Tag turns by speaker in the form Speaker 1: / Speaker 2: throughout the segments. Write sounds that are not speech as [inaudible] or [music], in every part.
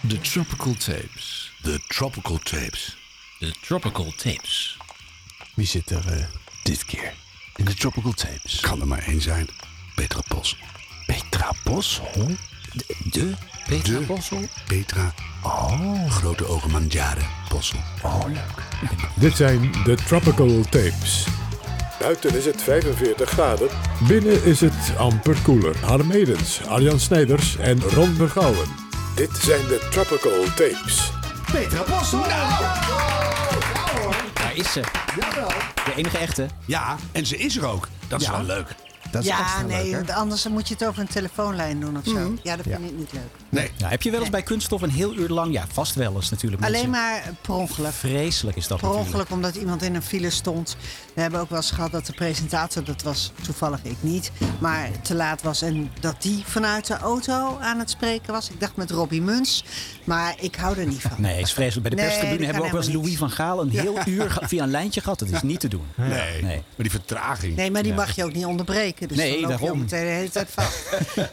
Speaker 1: De Tropical Tapes.
Speaker 2: De Tropical Tapes.
Speaker 1: De Tropical Tapes.
Speaker 3: Wie zit er eh, dit keer in de Tropical Tapes?
Speaker 2: Kan er maar één zijn. Petra Bos.
Speaker 3: Petra Bossel?
Speaker 1: De Petra
Speaker 2: De-
Speaker 1: Bossel.
Speaker 2: Petra. Oh. Grote ogen Mandjaren Bossel.
Speaker 3: Oh, leuk.
Speaker 4: Dit zijn de Tropical Tapes.
Speaker 5: Buiten is het 45 graden.
Speaker 4: Binnen is het amper koeler. Harm Edens, Arjan Snijders en Ron Vergouwen.
Speaker 5: Dit zijn de Tropical Tapes.
Speaker 6: Daar is ze. De enige echte.
Speaker 2: Ja, en ze is er ook. Dat is wel leuk.
Speaker 3: Dat is
Speaker 7: Ja,
Speaker 3: extra
Speaker 7: nee,
Speaker 3: leuk, hè?
Speaker 7: want anders moet je het over een telefoonlijn doen of zo. Ja, dat vind ik niet leuk.
Speaker 2: Nee.
Speaker 6: Nou, heb je wel eens bij kunststof een heel uur lang? Ja, vast wel eens natuurlijk.
Speaker 7: Alleen
Speaker 6: mensen.
Speaker 7: maar eh, per ongeluk.
Speaker 6: Vreselijk is dat
Speaker 7: Per
Speaker 6: natuurlijk.
Speaker 7: ongeluk omdat iemand in een file stond. We hebben ook wel eens gehad dat de presentator, dat was toevallig ik niet, maar te laat was. En dat die vanuit de auto aan het spreken was. Ik dacht met Robbie Muns, maar ik hou er niet van.
Speaker 6: Nee, het is vreselijk. Bij de
Speaker 7: Nee,
Speaker 6: perstribune
Speaker 7: dat
Speaker 6: hebben we ook
Speaker 7: kan
Speaker 6: wel eens
Speaker 7: helemaal
Speaker 6: Louis
Speaker 7: niet.
Speaker 6: van Gaal een heel uur
Speaker 7: [laughs]
Speaker 6: ge- via een lijntje gehad. Dat is niet te doen.
Speaker 2: Nee.
Speaker 6: Nee.
Speaker 2: Maar die vertraging.
Speaker 7: Nee, maar die mag je ook niet onderbreken. Dus
Speaker 6: Nee,
Speaker 7: dan loop je
Speaker 6: daarom.
Speaker 7: ook meteen de hele tijd
Speaker 2: [laughs]
Speaker 7: vast.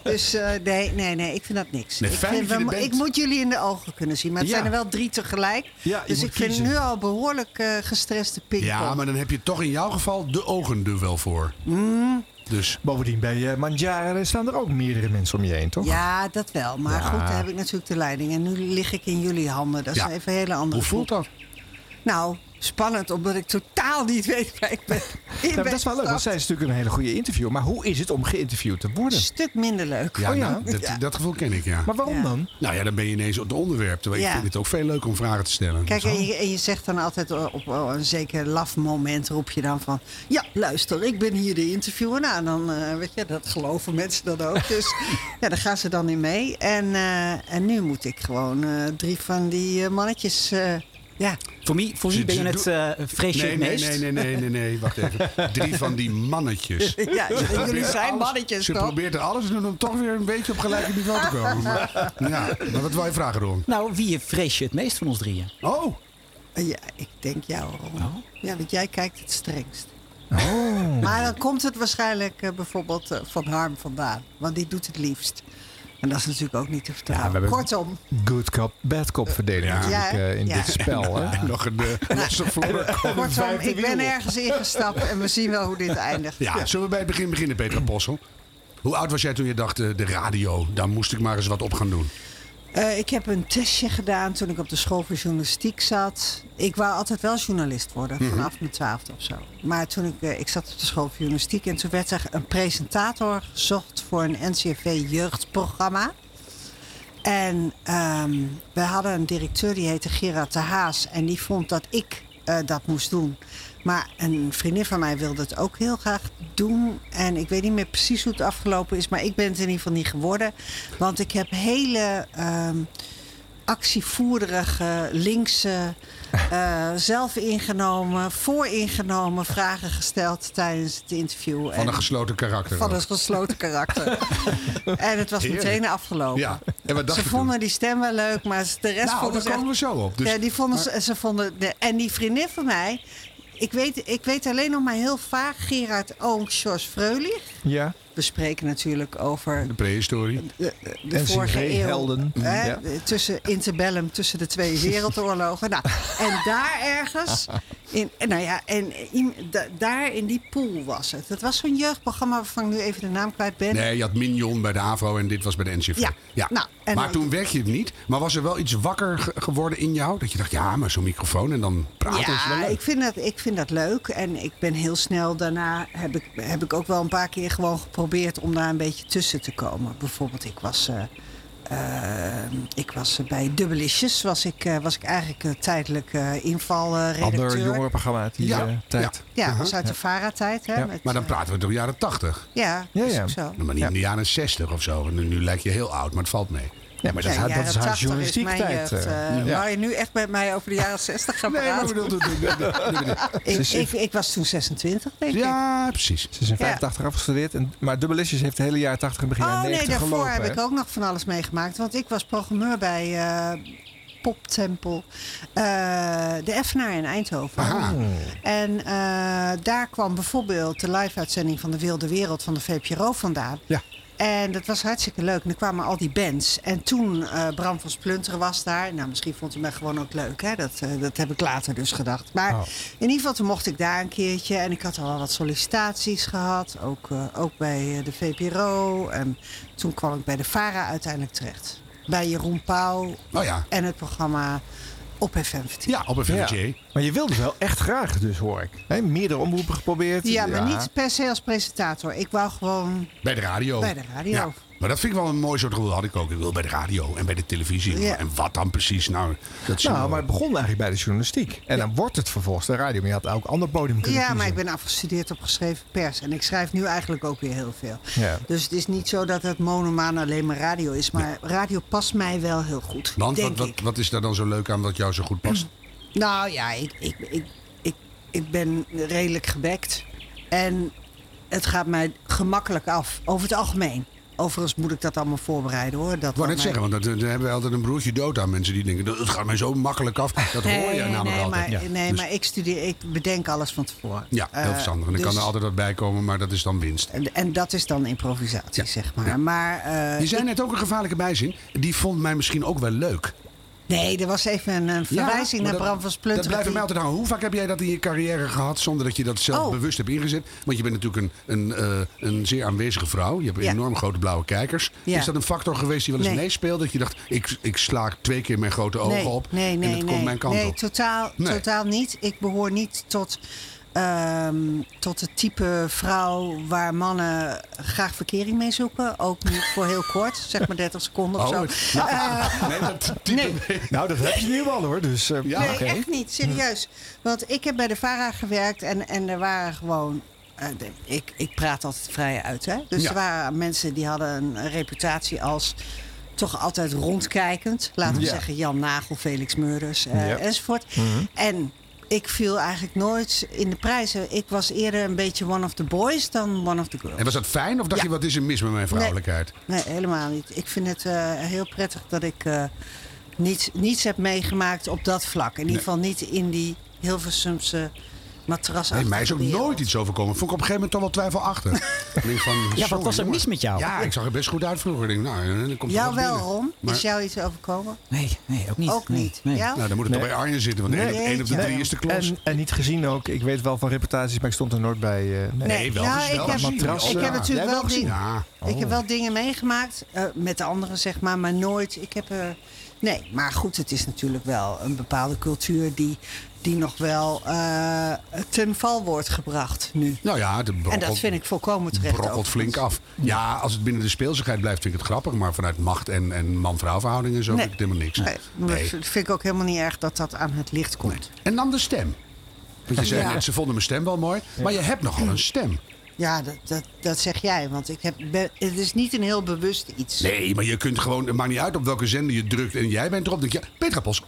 Speaker 7: dus eh, nee, nee, nee, ik vind dat niks.
Speaker 2: Nee,
Speaker 7: ik,
Speaker 2: fijn
Speaker 7: vind,
Speaker 2: dat je
Speaker 7: wel-
Speaker 2: er bent.
Speaker 7: ik moet jullie in de ogen kunnen zien. Maar het
Speaker 2: Ja.
Speaker 7: zijn er wel drie tegelijk.
Speaker 2: Ja, je
Speaker 7: dus
Speaker 2: moet
Speaker 7: ik vind
Speaker 2: kiezen.
Speaker 7: nu al behoorlijk eh, gestreste pingpong.
Speaker 2: Ja, maar dan heb je toch in jouw geval de ogen er wel voor. Dus
Speaker 3: Bovendien, bij eh, Mandjaren staan er ook meerdere mensen om je heen, toch?
Speaker 7: Ja, dat wel. Maar goed, daar heb ik natuurlijk de leiding. En nu lig ik in jullie handen. Dat is nou
Speaker 2: Ja.
Speaker 7: even een hele andere
Speaker 2: hoe voelt
Speaker 7: voel.
Speaker 2: dat?
Speaker 7: Nou, spannend, omdat ik totaal niet weet waar ik ben.
Speaker 3: Ja, maar dat is wel leuk, want zij is natuurlijk een hele goede interview. Maar hoe is het om geïnterviewd te
Speaker 7: Een
Speaker 3: worden?
Speaker 7: stuk minder leuk.
Speaker 2: Ja,
Speaker 3: Oh ja.
Speaker 2: nou, dat,
Speaker 7: Ja.
Speaker 2: dat gevoel ken ik, ja.
Speaker 3: Maar waarom
Speaker 7: Ja.
Speaker 3: dan?
Speaker 2: Nou ja, dan ben je ineens op de onderwerp. Terwijl ik
Speaker 7: Ja.
Speaker 2: vind het ook veel leuker om vragen te stellen.
Speaker 7: Kijk, en je, en je zegt dan altijd eh, op, op een zeker laf moment roep je dan van... Ja, luister, ik ben hier de interviewer. Nou, dan, eh, weet je, dat geloven mensen dan ook. Dus ja, daar gaan ze dan in mee. En, eh, en nu moet ik gewoon eh, drie van die eh, mannetjes... eh, ja,
Speaker 6: Voor mij, voor wie
Speaker 2: Ze-
Speaker 6: ben je
Speaker 2: ze
Speaker 6: het eh vrees je
Speaker 2: nee,
Speaker 6: het
Speaker 2: nee,
Speaker 6: meest?
Speaker 2: nee, nee, nee, nee, nee, wacht even. Drie van die mannetjes.
Speaker 7: ja, [laughs] jullie zijn
Speaker 2: Alles-
Speaker 7: mannetjes,
Speaker 2: Ze
Speaker 7: toch?
Speaker 2: probeert er alles te doen om toch weer een beetje op gelijke niveau te komen.
Speaker 7: [laughs]
Speaker 2: Maar, ja, maar wat wil je vragen, Ron?
Speaker 6: Nou, wie vrees je het meest van ons drieën?
Speaker 2: Oh,
Speaker 7: Ja, ik denk jou, Ron. Ja, want jij kijkt het strengst. Maar dan komt het waarschijnlijk eh, bijvoorbeeld eh, van Harm vandaan. Want die doet het liefst. En dat is natuurlijk ook niet te vertrouwen.
Speaker 3: Ja, we hebben-
Speaker 7: Kortom,
Speaker 3: Good cop, bad cop verdeling
Speaker 2: Ja.
Speaker 3: natuurlijk
Speaker 7: Ja, hè?
Speaker 3: eh, in
Speaker 7: Ja.
Speaker 3: dit spel. Hè?
Speaker 2: en nog een
Speaker 7: [laughs]
Speaker 2: eh, losse vloer.
Speaker 7: kortom ik ben ergens ingestapt en we zien wel hoe dit eindigt.
Speaker 2: Ja, zullen we bij het begin beginnen, Petra Possel? Hoe oud was jij toen je dacht, eh, de radio, daar moest ik maar eens wat op gaan doen?
Speaker 7: Eh, ik heb een testje gedaan toen ik op de school voor journalistiek zat. Ik wou altijd wel journalist worden, vanaf mijn twaalfde of zo. Maar toen ik, eh, ik zat op de school voor journalistiek en toen werd er een presentator gezocht voor een NCRV-jeugdprogramma. En ehm, we hadden een directeur die heette Gerard de Haas. En die vond dat ik eh, dat moest doen. Maar een vriendin van mij wilde het ook heel graag doen. En ik weet niet meer precies hoe het afgelopen is. Maar ik ben het in ieder geval niet geworden. Want ik heb hele ehm, actievoerderige,
Speaker 2: [laughs]
Speaker 7: linkse, eh, zelf ingenomen, vooringenomen vragen gesteld tijdens het interview.
Speaker 2: Van
Speaker 7: En-
Speaker 2: een gesloten karakter.
Speaker 7: van
Speaker 2: ook.
Speaker 7: een gesloten
Speaker 2: [laughs]
Speaker 7: karakter. en het was
Speaker 2: Heerlijk.
Speaker 7: meteen afgelopen.
Speaker 2: Ja, en wat dacht
Speaker 7: Ze
Speaker 2: je toen?
Speaker 7: vonden die stem wel leuk, maar ze- de rest
Speaker 2: Nou,
Speaker 7: vonden
Speaker 2: daar
Speaker 7: ze echt...
Speaker 2: komen we zo op. Dus
Speaker 7: ja, die vonden ze, ze vonden de- en die vriendin van mij, ik weet, ik weet alleen nog maar heel vaag Gerard Oom, George Freulich.
Speaker 3: Ja,
Speaker 7: We spreken natuurlijk over
Speaker 2: de prehistorie.
Speaker 7: de, de
Speaker 3: NCV
Speaker 7: vorige eeuw.
Speaker 3: helden.
Speaker 7: Hè,
Speaker 2: Mm,
Speaker 3: Ja.
Speaker 7: Tussen interbellum, tussen de twee wereldoorlogen. nou, en daar ergens, in, nou ja, en in- da- daar in die pool was het. Het was zo'n jeugdprogramma waarvan ik nu even de naam kwijt ben.
Speaker 2: Nee, je had Mignon bij de AVRO en dit was bij de NCV.
Speaker 7: Ja, nou, en
Speaker 2: maar
Speaker 7: dan-
Speaker 2: toen werd je het niet. Maar was er wel iets wakker ge- geworden in jou? Dat je dacht, ja, maar zo'n microfoon en dan praten is wel
Speaker 7: Ja,
Speaker 2: leuk.
Speaker 7: ik vind, dat, ik vind dat leuk. En ik ben heel snel daarna, heb ik, heb ik ook wel een paar keer gewoon geprobeerd om daar een beetje tussen te komen. Bijvoorbeeld, ik was, eh, eh, ik was bij Dubbelisjes, was ik, eh, was ik eigenlijk eh, tijdelijk eh invalredacteur.
Speaker 3: ander jongerenprogramma uit die
Speaker 2: Ja,
Speaker 3: eh, tijd.
Speaker 7: Ja, was uit de VARA-tijd. hè,
Speaker 3: Ja.
Speaker 7: met,
Speaker 2: Maar dan
Speaker 7: eh,
Speaker 2: praten we toch jaren tachtig. Nou,
Speaker 7: ja,
Speaker 3: Ja,
Speaker 7: ja, is
Speaker 3: ja.
Speaker 7: ook zo.
Speaker 2: Maar niet in de jaren zestig of zo. Nu, nu lijk je heel oud, maar het valt mee.
Speaker 3: Ja, maar dat,
Speaker 7: Ja,
Speaker 3: dat
Speaker 7: jaren
Speaker 3: is haar
Speaker 7: 80
Speaker 3: journalistieke
Speaker 7: mijn
Speaker 3: tijd.
Speaker 7: jeugd,
Speaker 3: eh.
Speaker 7: eh,
Speaker 3: Ja.
Speaker 7: Wou je nu echt met mij over de jaren 60 gaan
Speaker 2: Nee, maar
Speaker 7: praten?
Speaker 2: bedoel, dat- dat- dat- dat- dat- dat-
Speaker 7: ik, ik, ik was toen 26, denk ik.
Speaker 2: Ja, precies.
Speaker 3: Ze is in 85 afgestudeerd, en, maar Dubbelisjes heeft het hele jaar 80 en begin
Speaker 7: Oh
Speaker 3: jaren
Speaker 7: nee,
Speaker 3: 90
Speaker 7: daarvoor
Speaker 3: gelopen.
Speaker 7: heb
Speaker 3: hè?
Speaker 7: ik ook nog van alles meegemaakt. Want ik was programmeur bij eh Poptempel, eh, de Effenaar in Eindhoven.
Speaker 2: Aha.
Speaker 7: En eh, daar kwam bijvoorbeeld de live-uitzending van de Wilde Wereld van de VPRO vandaan.
Speaker 3: Ja.
Speaker 7: En dat was hartstikke leuk. En er kwamen al die bands. En toen eh, Bram van Splunteren was daar. Nou, misschien vond hij mij gewoon ook leuk. Hè? Dat, eh, dat heb ik later dus gedacht. Maar in ieder geval, toen mocht ik daar een keertje. En ik had al wel wat sollicitaties gehad. Ook, eh, ook bij eh, de VPRO. En toen kwam ik bij de VARA uiteindelijk terecht. Bij Jeroen Pauw
Speaker 2: Oh ja.
Speaker 7: en het programma op FM vertellen.
Speaker 2: Ja, op een VJ.
Speaker 3: Maar je wilde wel echt graag, dus hoor ik. Hè, meerdere omroepen geprobeerd.
Speaker 7: Ja, maar niet per se als presentator. Ik wou gewoon
Speaker 2: Bij de radio.
Speaker 7: Bij de radio.
Speaker 2: Oh. Ja. Maar dat vind ik wel een mooi soort rol. Had ik ook. Ik wil bij de radio en bij de televisie.
Speaker 7: Ja.
Speaker 2: En wat dan precies? Nou, dat zien we
Speaker 3: Nou, maar
Speaker 2: wel.
Speaker 3: het begon eigenlijk bij de journalistiek. En dan wordt het vervolgens de radio. Maar je had ook een ander podium kunnen
Speaker 7: Ja, maar ik
Speaker 3: kiezen.
Speaker 7: ben afgestudeerd op geschreven pers. En ik schrijf nu eigenlijk ook weer heel veel.
Speaker 3: Ja.
Speaker 7: Dus het is niet zo dat het monomaan alleen maar radio is. Maar radio past mij wel heel goed.
Speaker 2: Want
Speaker 7: denk
Speaker 2: wat, wat,
Speaker 7: ik.
Speaker 2: wat is daar dan zo leuk aan wat jou zo goed past?
Speaker 7: Nou ja, ik, ik, ik, ik, ik ben redelijk gebekt. En het gaat mij gemakkelijk af. Over het algemeen. Overigens moet ik dat allemaal voorbereiden hoor. Dat
Speaker 2: Ik wou net
Speaker 7: wat mij-
Speaker 2: zeggen, want dat, eh, daar hebben we altijd een broertje dood aan mensen die denken, dat het gaat mij zo makkelijk af. Dat hoor je eh, namelijk
Speaker 7: nee,
Speaker 2: altijd.
Speaker 7: maar, nee,
Speaker 2: Dus-
Speaker 7: maar ik studeer, ik bedenk alles van tevoren.
Speaker 2: ja, heel
Speaker 7: Eh,
Speaker 2: verstandig. En dan kan
Speaker 7: dus- Eh,
Speaker 2: er altijd wat bij komen, maar dat is dan winst.
Speaker 7: en, en dat is dan improvisatie,
Speaker 2: Ja,
Speaker 7: zeg maar.
Speaker 2: ja.
Speaker 7: Maar eh,
Speaker 2: Je zei net ook een gevaarlijke bijzin. Die vond mij misschien ook wel leuk.
Speaker 7: Nee, er was even een, eh,
Speaker 2: Ja,
Speaker 7: verwijzing
Speaker 2: maar
Speaker 7: naar
Speaker 2: dat-
Speaker 7: Bram van
Speaker 2: Dat
Speaker 7: Splunteren.
Speaker 2: blijft mij altijd hangen. Hoe vaak heb jij dat in je carrière gehad zonder dat je dat zelf
Speaker 7: Oh.
Speaker 2: bewust hebt ingezet? Want je bent natuurlijk een, een, eh, een zeer aanwezige vrouw. Je hebt
Speaker 7: Ja.
Speaker 2: enorm grote blauwe kijkers.
Speaker 7: Ja.
Speaker 2: Is dat een factor geweest die wel eens
Speaker 7: Nee.
Speaker 2: meespeelde? Dat je dacht, ik, ik sla twee keer mijn grote ogen
Speaker 7: nee,
Speaker 2: op
Speaker 7: Nee, nee,
Speaker 2: en dat
Speaker 7: nee.
Speaker 2: komt mijn kant
Speaker 7: nee,
Speaker 2: op.
Speaker 7: Totaal,
Speaker 2: Nee.
Speaker 7: totaal niet. Ik behoor niet tot, ehm, tot het type vrouw waar mannen graag verkering mee zoeken. Ook niet voor heel kort, zeg maar 30 seconden of
Speaker 2: Oh,
Speaker 7: zo. Eh,
Speaker 2: het- ja. nee, dat type-
Speaker 3: Nou, dat heb je nu al hoor. Dus, eh,
Speaker 2: Ja.
Speaker 7: nee,
Speaker 2: oké.
Speaker 7: echt niet. Serieus. Want ik heb bij de VARA gewerkt en, en er waren gewoon... eh, de- ik, ik praat altijd vrij uit, hè. Dus
Speaker 2: Ja.
Speaker 7: er waren mensen die hadden een reputatie als... Toch altijd rondkijkend. Laten we
Speaker 3: Ja.
Speaker 7: zeggen Jan Nagel, Felix Meurders eh,
Speaker 3: Ja.
Speaker 7: enzovoort.
Speaker 2: Mhm.
Speaker 7: En ik viel eigenlijk nooit in de prijzen. Ik was eerder een beetje one of the boys dan one of the girls.
Speaker 2: En was dat fijn of dacht je, wat is er mis met mijn vrouwelijkheid?
Speaker 7: Nee, helemaal niet. Ik vind het eh, heel prettig dat ik eh, niets, niets heb meegemaakt op dat vlak. In ieder geval niet in die Hilversumse matras.
Speaker 2: Nee, mij is ook nooit iets overkomen. Vond ik op een gegeven moment toch wel
Speaker 7: [laughs]
Speaker 2: twijfelachtig. Ik denk van,
Speaker 6: Ja, wat
Speaker 2: sorry,
Speaker 6: was er
Speaker 2: jongen.
Speaker 6: mis met jou?
Speaker 2: Ja, ik zag er best goed uit vroeger. Ik denk, nou, dan komt er
Speaker 7: Jou
Speaker 2: wat
Speaker 7: wel,
Speaker 2: binnen.
Speaker 7: Ron?
Speaker 2: Maar-
Speaker 7: Is jou iets overkomen?
Speaker 6: Nee, nee, ook niet.
Speaker 7: Ook
Speaker 6: Nee,
Speaker 7: niet.
Speaker 6: nee.
Speaker 7: Jou?
Speaker 2: Nou, dan moet het toch bij Arjen zitten, want
Speaker 3: Nee.
Speaker 2: één, één op de
Speaker 7: Jeetje.
Speaker 2: drie is de klos.
Speaker 3: en, en niet gezien ook. Ik weet wel van reputaties, maar ik stond er nooit bij. eh, nee.
Speaker 2: Nee, wel
Speaker 7: nou,
Speaker 2: gezien, wel
Speaker 7: ik, heb,
Speaker 2: gezien.
Speaker 3: Matrassen.
Speaker 7: ik heb
Speaker 3: Ja.
Speaker 2: Jij
Speaker 7: natuurlijk
Speaker 2: wel
Speaker 7: wel,
Speaker 2: gezien? Oh.
Speaker 7: dingen,
Speaker 2: Ja.
Speaker 7: ik heb wel dingen meegemaakt. eh, met de anderen, zeg maar, maar nooit. Ik heb er. Nee, maar goed, het is natuurlijk wel een bepaalde cultuur die, die nog wel eh, ten val wordt gebracht nu.
Speaker 2: Nou ja, de brokkelt,
Speaker 7: En dat vind ik volkomen terecht.
Speaker 2: brokkelt
Speaker 7: overigens.
Speaker 2: flink af. Ja, als het binnen de speelsigheid blijft, vind ik het grappig. Maar vanuit macht en, en man-vrouw verhoudingen zo
Speaker 7: Nee.
Speaker 2: vind ik het helemaal niks.
Speaker 7: Nee, maar
Speaker 2: Nee.
Speaker 7: Dat vind ik ook helemaal niet erg dat dat aan het licht komt.
Speaker 2: En dan de stem. Want je zei
Speaker 7: Ja.
Speaker 2: net, ze vonden mijn stem wel mooi. Maar je hebt nogal een stem.
Speaker 7: Ja, dat, dat, dat zeg jij, want ik heb, ben- het is niet een heel bewust iets.
Speaker 2: Nee, maar je kunt gewoon... Het maakt niet uit op welke zender je drukt. En jij bent erop. Denk je, Petra Pos.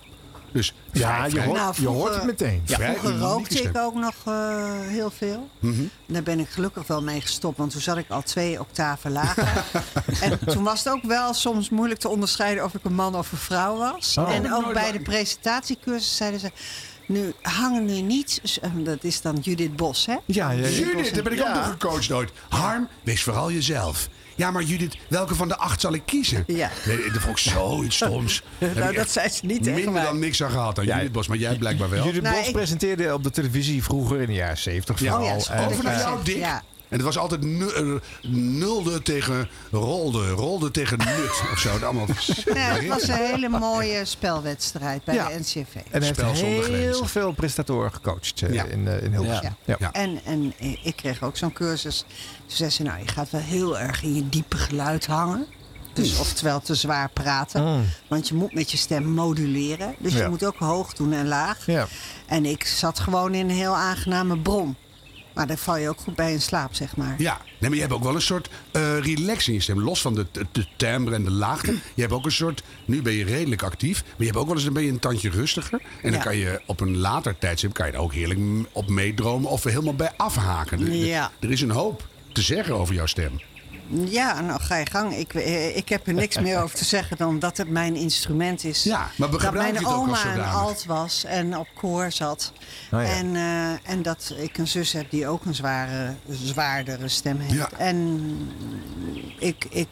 Speaker 2: Dus
Speaker 3: Ja, je hoort,
Speaker 7: Nou,
Speaker 3: je hoort het
Speaker 7: vroeger-
Speaker 3: meteen.
Speaker 2: Ja. vrij
Speaker 7: Vroeger
Speaker 2: unieke
Speaker 7: rookte
Speaker 2: stem.
Speaker 7: ik ook nog eh, heel veel.
Speaker 2: Mhm.
Speaker 7: Daar ben ik gelukkig wel mee gestopt, want toen zat ik al twee octaven lager.
Speaker 2: [laughs]
Speaker 7: en toen was het ook wel soms moeilijk te onderscheiden of ik een man of een vrouw was.
Speaker 2: Oh.
Speaker 7: en ook bij de presentatiecursus zeiden ze... Nu hangen nu niet... z- en Dat is dan Judith Bos, hè?
Speaker 3: Ja, ja, ja.
Speaker 2: Judith, daar ben ik ook nog gecoacht ooit. Harm, wees vooral jezelf. Ja, maar Judith, welke van de acht zal ik kiezen?
Speaker 7: Ja.
Speaker 2: Nee, dat vond ik zoiets stoms. Heb ik
Speaker 7: [laughs] Nou, dat
Speaker 2: echt
Speaker 7: zei ze niet tegen
Speaker 2: Minder
Speaker 7: mij.
Speaker 2: dan niks aan gehad aan
Speaker 3: Ja.
Speaker 2: Judith Bos, maar jij blijkbaar wel.
Speaker 3: Judith
Speaker 7: Nou,
Speaker 3: Bos
Speaker 7: ik-
Speaker 3: presenteerde op de televisie vroeger in de jaren 70
Speaker 2: Ja.
Speaker 3: vooral.
Speaker 7: Oh ja,
Speaker 3: En- eh,
Speaker 7: sorry.
Speaker 2: Over naar jou, Dick.
Speaker 7: Ja.
Speaker 2: En het was altijd nu- eh, nulde tegen rolde, rolde tegen nut of zo. Allemaal
Speaker 7: Ja, het was eh, een hele mooie spelwedstrijd bij
Speaker 3: Ja.
Speaker 7: de NCV.
Speaker 3: En hij heeft
Speaker 2: Spel zonder
Speaker 3: heel
Speaker 2: grenzen.
Speaker 3: veel presentatoren gecoacht eh,
Speaker 2: Ja.
Speaker 3: in, eh, in Hilversum.
Speaker 7: Ja.
Speaker 3: Ja.
Speaker 2: Ja.
Speaker 7: En, en ik kreeg ook zo'n cursus. Toen zei ze, nou, je gaat wel heel erg in je diepe geluid hangen. Dus
Speaker 3: Hmm.
Speaker 7: oftewel te zwaar praten. Want je moet met je stem moduleren. Dus
Speaker 3: Ja.
Speaker 7: je moet ook hoog doen en laag.
Speaker 3: Ja.
Speaker 7: En ik zat gewoon in een heel aangename bron. Maar daar val je ook goed bij in slaap, zeg maar.
Speaker 2: Ja, nee, maar je hebt ook wel een soort eh relax in je stem. Los van de, de, de timbre en de laagte. Je hebt ook een soort, nu ben je redelijk actief. Maar je hebt ook wel eens een beetje een tandje rustiger. En dan
Speaker 7: Ja.
Speaker 2: kan je op een later tijdstip kan je daar ook heerlijk m- op meedromen. Of er helemaal bij afhaken. Er- er-
Speaker 7: Ja.
Speaker 2: Er is een hoop te zeggen over jouw stem.
Speaker 7: Ja, nou ga je gang. Ik, eh, ik heb er niks meer over te zeggen dan dat het mijn instrument is.
Speaker 2: Ja, maar we
Speaker 7: dat
Speaker 2: gebruiken
Speaker 7: mijn
Speaker 2: het ook als
Speaker 7: oma een
Speaker 2: zodanig.
Speaker 7: alt was en op koor zat.
Speaker 3: ja.
Speaker 7: en, eh, en dat ik een zus heb die ook een zware, zwaardere stem heeft.
Speaker 2: Ja.
Speaker 7: En Ik, ik,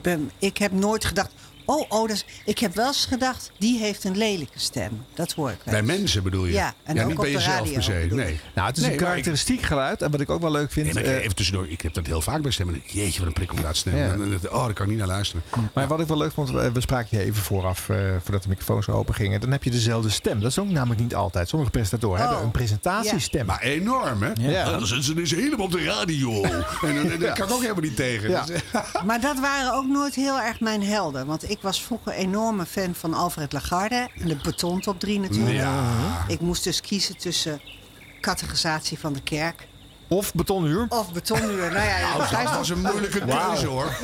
Speaker 7: ben, ik heb nooit gedacht. Oh, oh dat is- ik heb wel eens gedacht. Die heeft een lelijke stem. Dat hoor ik wel
Speaker 2: Bij
Speaker 7: eens.
Speaker 2: mensen bedoel je?
Speaker 7: dus- Ja, en ook
Speaker 2: niet
Speaker 7: op
Speaker 2: bij
Speaker 7: de
Speaker 2: jezelf
Speaker 7: radio,
Speaker 2: per se.
Speaker 7: bedoel ik.
Speaker 2: Nee.
Speaker 3: Nou, het is
Speaker 2: Nee, maar
Speaker 3: een
Speaker 2: ik-
Speaker 3: karakteristiek geluid. En wat ik ook wel leuk vind.
Speaker 2: Nee, maar
Speaker 3: eh,
Speaker 2: ik- even tussendoor, ik heb dat heel vaak bij stemmen. Jeetje, wat een prikkel laat
Speaker 3: Ja.
Speaker 2: stemmen. En dat- Oh, daar kan ik niet naar luisteren.
Speaker 3: Maar wat ik wel leuk vond, eh, we spraken je even vooraf, eh, voordat de microfoons open gingen. Dan heb je dezelfde stem. Dat is ook namelijk niet altijd. Sommige presentatoren
Speaker 7: Oh.
Speaker 3: hebben een presentatiestem.
Speaker 2: Maar enorm, hè?
Speaker 3: Ja.
Speaker 2: Ja. Dan zitten ze dus helemaal op de
Speaker 7: [laughs]
Speaker 2: radio. en dan- en daar kan ik ook helemaal niet tegen.
Speaker 3: Ja.
Speaker 2: Dus,
Speaker 7: Maar dat waren ook nooit heel erg mijn helden. Want ik was vroeger enorme fan van Alfred Lagarde. En de Beton Top 3 natuurlijk.
Speaker 2: Ja.
Speaker 7: Ik moest dus kiezen tussen categorisatie van de kerk
Speaker 3: Of betonuur.
Speaker 7: of betonuur. Nou ja, ja,
Speaker 2: Nou, dat
Speaker 7: begrijp
Speaker 2: was
Speaker 7: je.
Speaker 3: [laughs]
Speaker 2: een moeilijke keuze, hoor.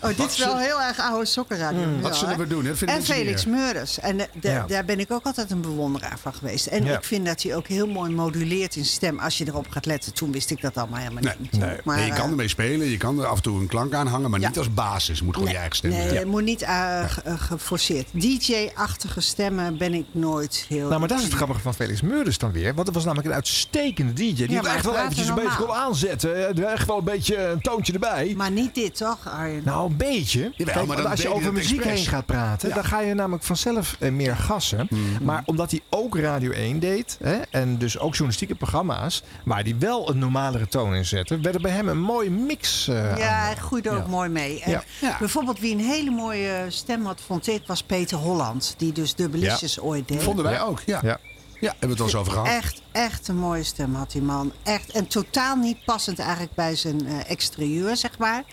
Speaker 7: Oh, dit is wel heel erg oude sokkenradio. nu
Speaker 2: Wat
Speaker 7: al,
Speaker 2: zullen
Speaker 7: hè?
Speaker 2: we doen, hè? Vinden
Speaker 7: En
Speaker 2: mensen
Speaker 7: Felix
Speaker 2: niet
Speaker 7: Meurders. En eh, de-
Speaker 3: Ja.
Speaker 7: daar ben ik ook altijd een bewonderaar van geweest. En
Speaker 3: Ja.
Speaker 7: ik vind dat hij ook heel mooi moduleert in stem. Als je erop gaat letten. Toen wist ik dat allemaal helemaal
Speaker 2: Nee,
Speaker 7: niet. natuurlijk. Maar,
Speaker 2: Nee, je kan
Speaker 7: eh,
Speaker 2: ermee spelen, je kan er af en toe een klank aan hangen, maar
Speaker 7: Ja.
Speaker 2: niet als basis. Moet gewoon
Speaker 7: nee,
Speaker 2: je eigen stem
Speaker 7: Nee,
Speaker 2: zijn.
Speaker 7: het moet niet eh, ge- eh, geforceerd. DJ-achtige stemmen ben ik nooit heel...
Speaker 3: Nou, maar dat is het grappige van Felix Meurders dan weer. Want dat was namelijk een uitstekende DJ. Die
Speaker 7: Ja,
Speaker 3: het
Speaker 7: maar
Speaker 3: echt wel
Speaker 7: praten
Speaker 3: eventjes een beetje kon
Speaker 7: normaal.
Speaker 3: aanzetten. eh, Echt wel een beetje een toontje erbij.
Speaker 7: Maar niet dit, toch, Arjen?
Speaker 3: Nou, een beetje. Kijk,
Speaker 2: maar
Speaker 3: want
Speaker 2: dan
Speaker 3: als
Speaker 2: deed
Speaker 3: je
Speaker 2: hij
Speaker 3: over
Speaker 2: dat
Speaker 3: muziek
Speaker 2: expres.
Speaker 3: heen gaat praten, dan ga je namelijk vanzelf eh, meer gassen.
Speaker 2: Mhm.
Speaker 3: Maar omdat hij ook Radio 1 deed, hè, en dus ook journalistieke programma's, waar hij wel een normalere toon in zette, werd er bij hem een mooie mix. eh,
Speaker 7: Ja,
Speaker 3: aan.
Speaker 7: hij groeide ook
Speaker 3: Ja.
Speaker 7: mooi mee. En
Speaker 3: Ja.
Speaker 2: Ja.
Speaker 7: Bijvoorbeeld wie een hele mooie stem had, vond ik, was Peter Holland. Die dus Dubbelistjes ooit deed.
Speaker 2: Vonden wij ook, ja. ja.
Speaker 3: Ja.
Speaker 2: hebben we het wel eens over gehad.
Speaker 7: Echt, echt een mooie stem had die man. Echt. En totaal niet passend eigenlijk bij zijn eh, exterieur, zeg maar.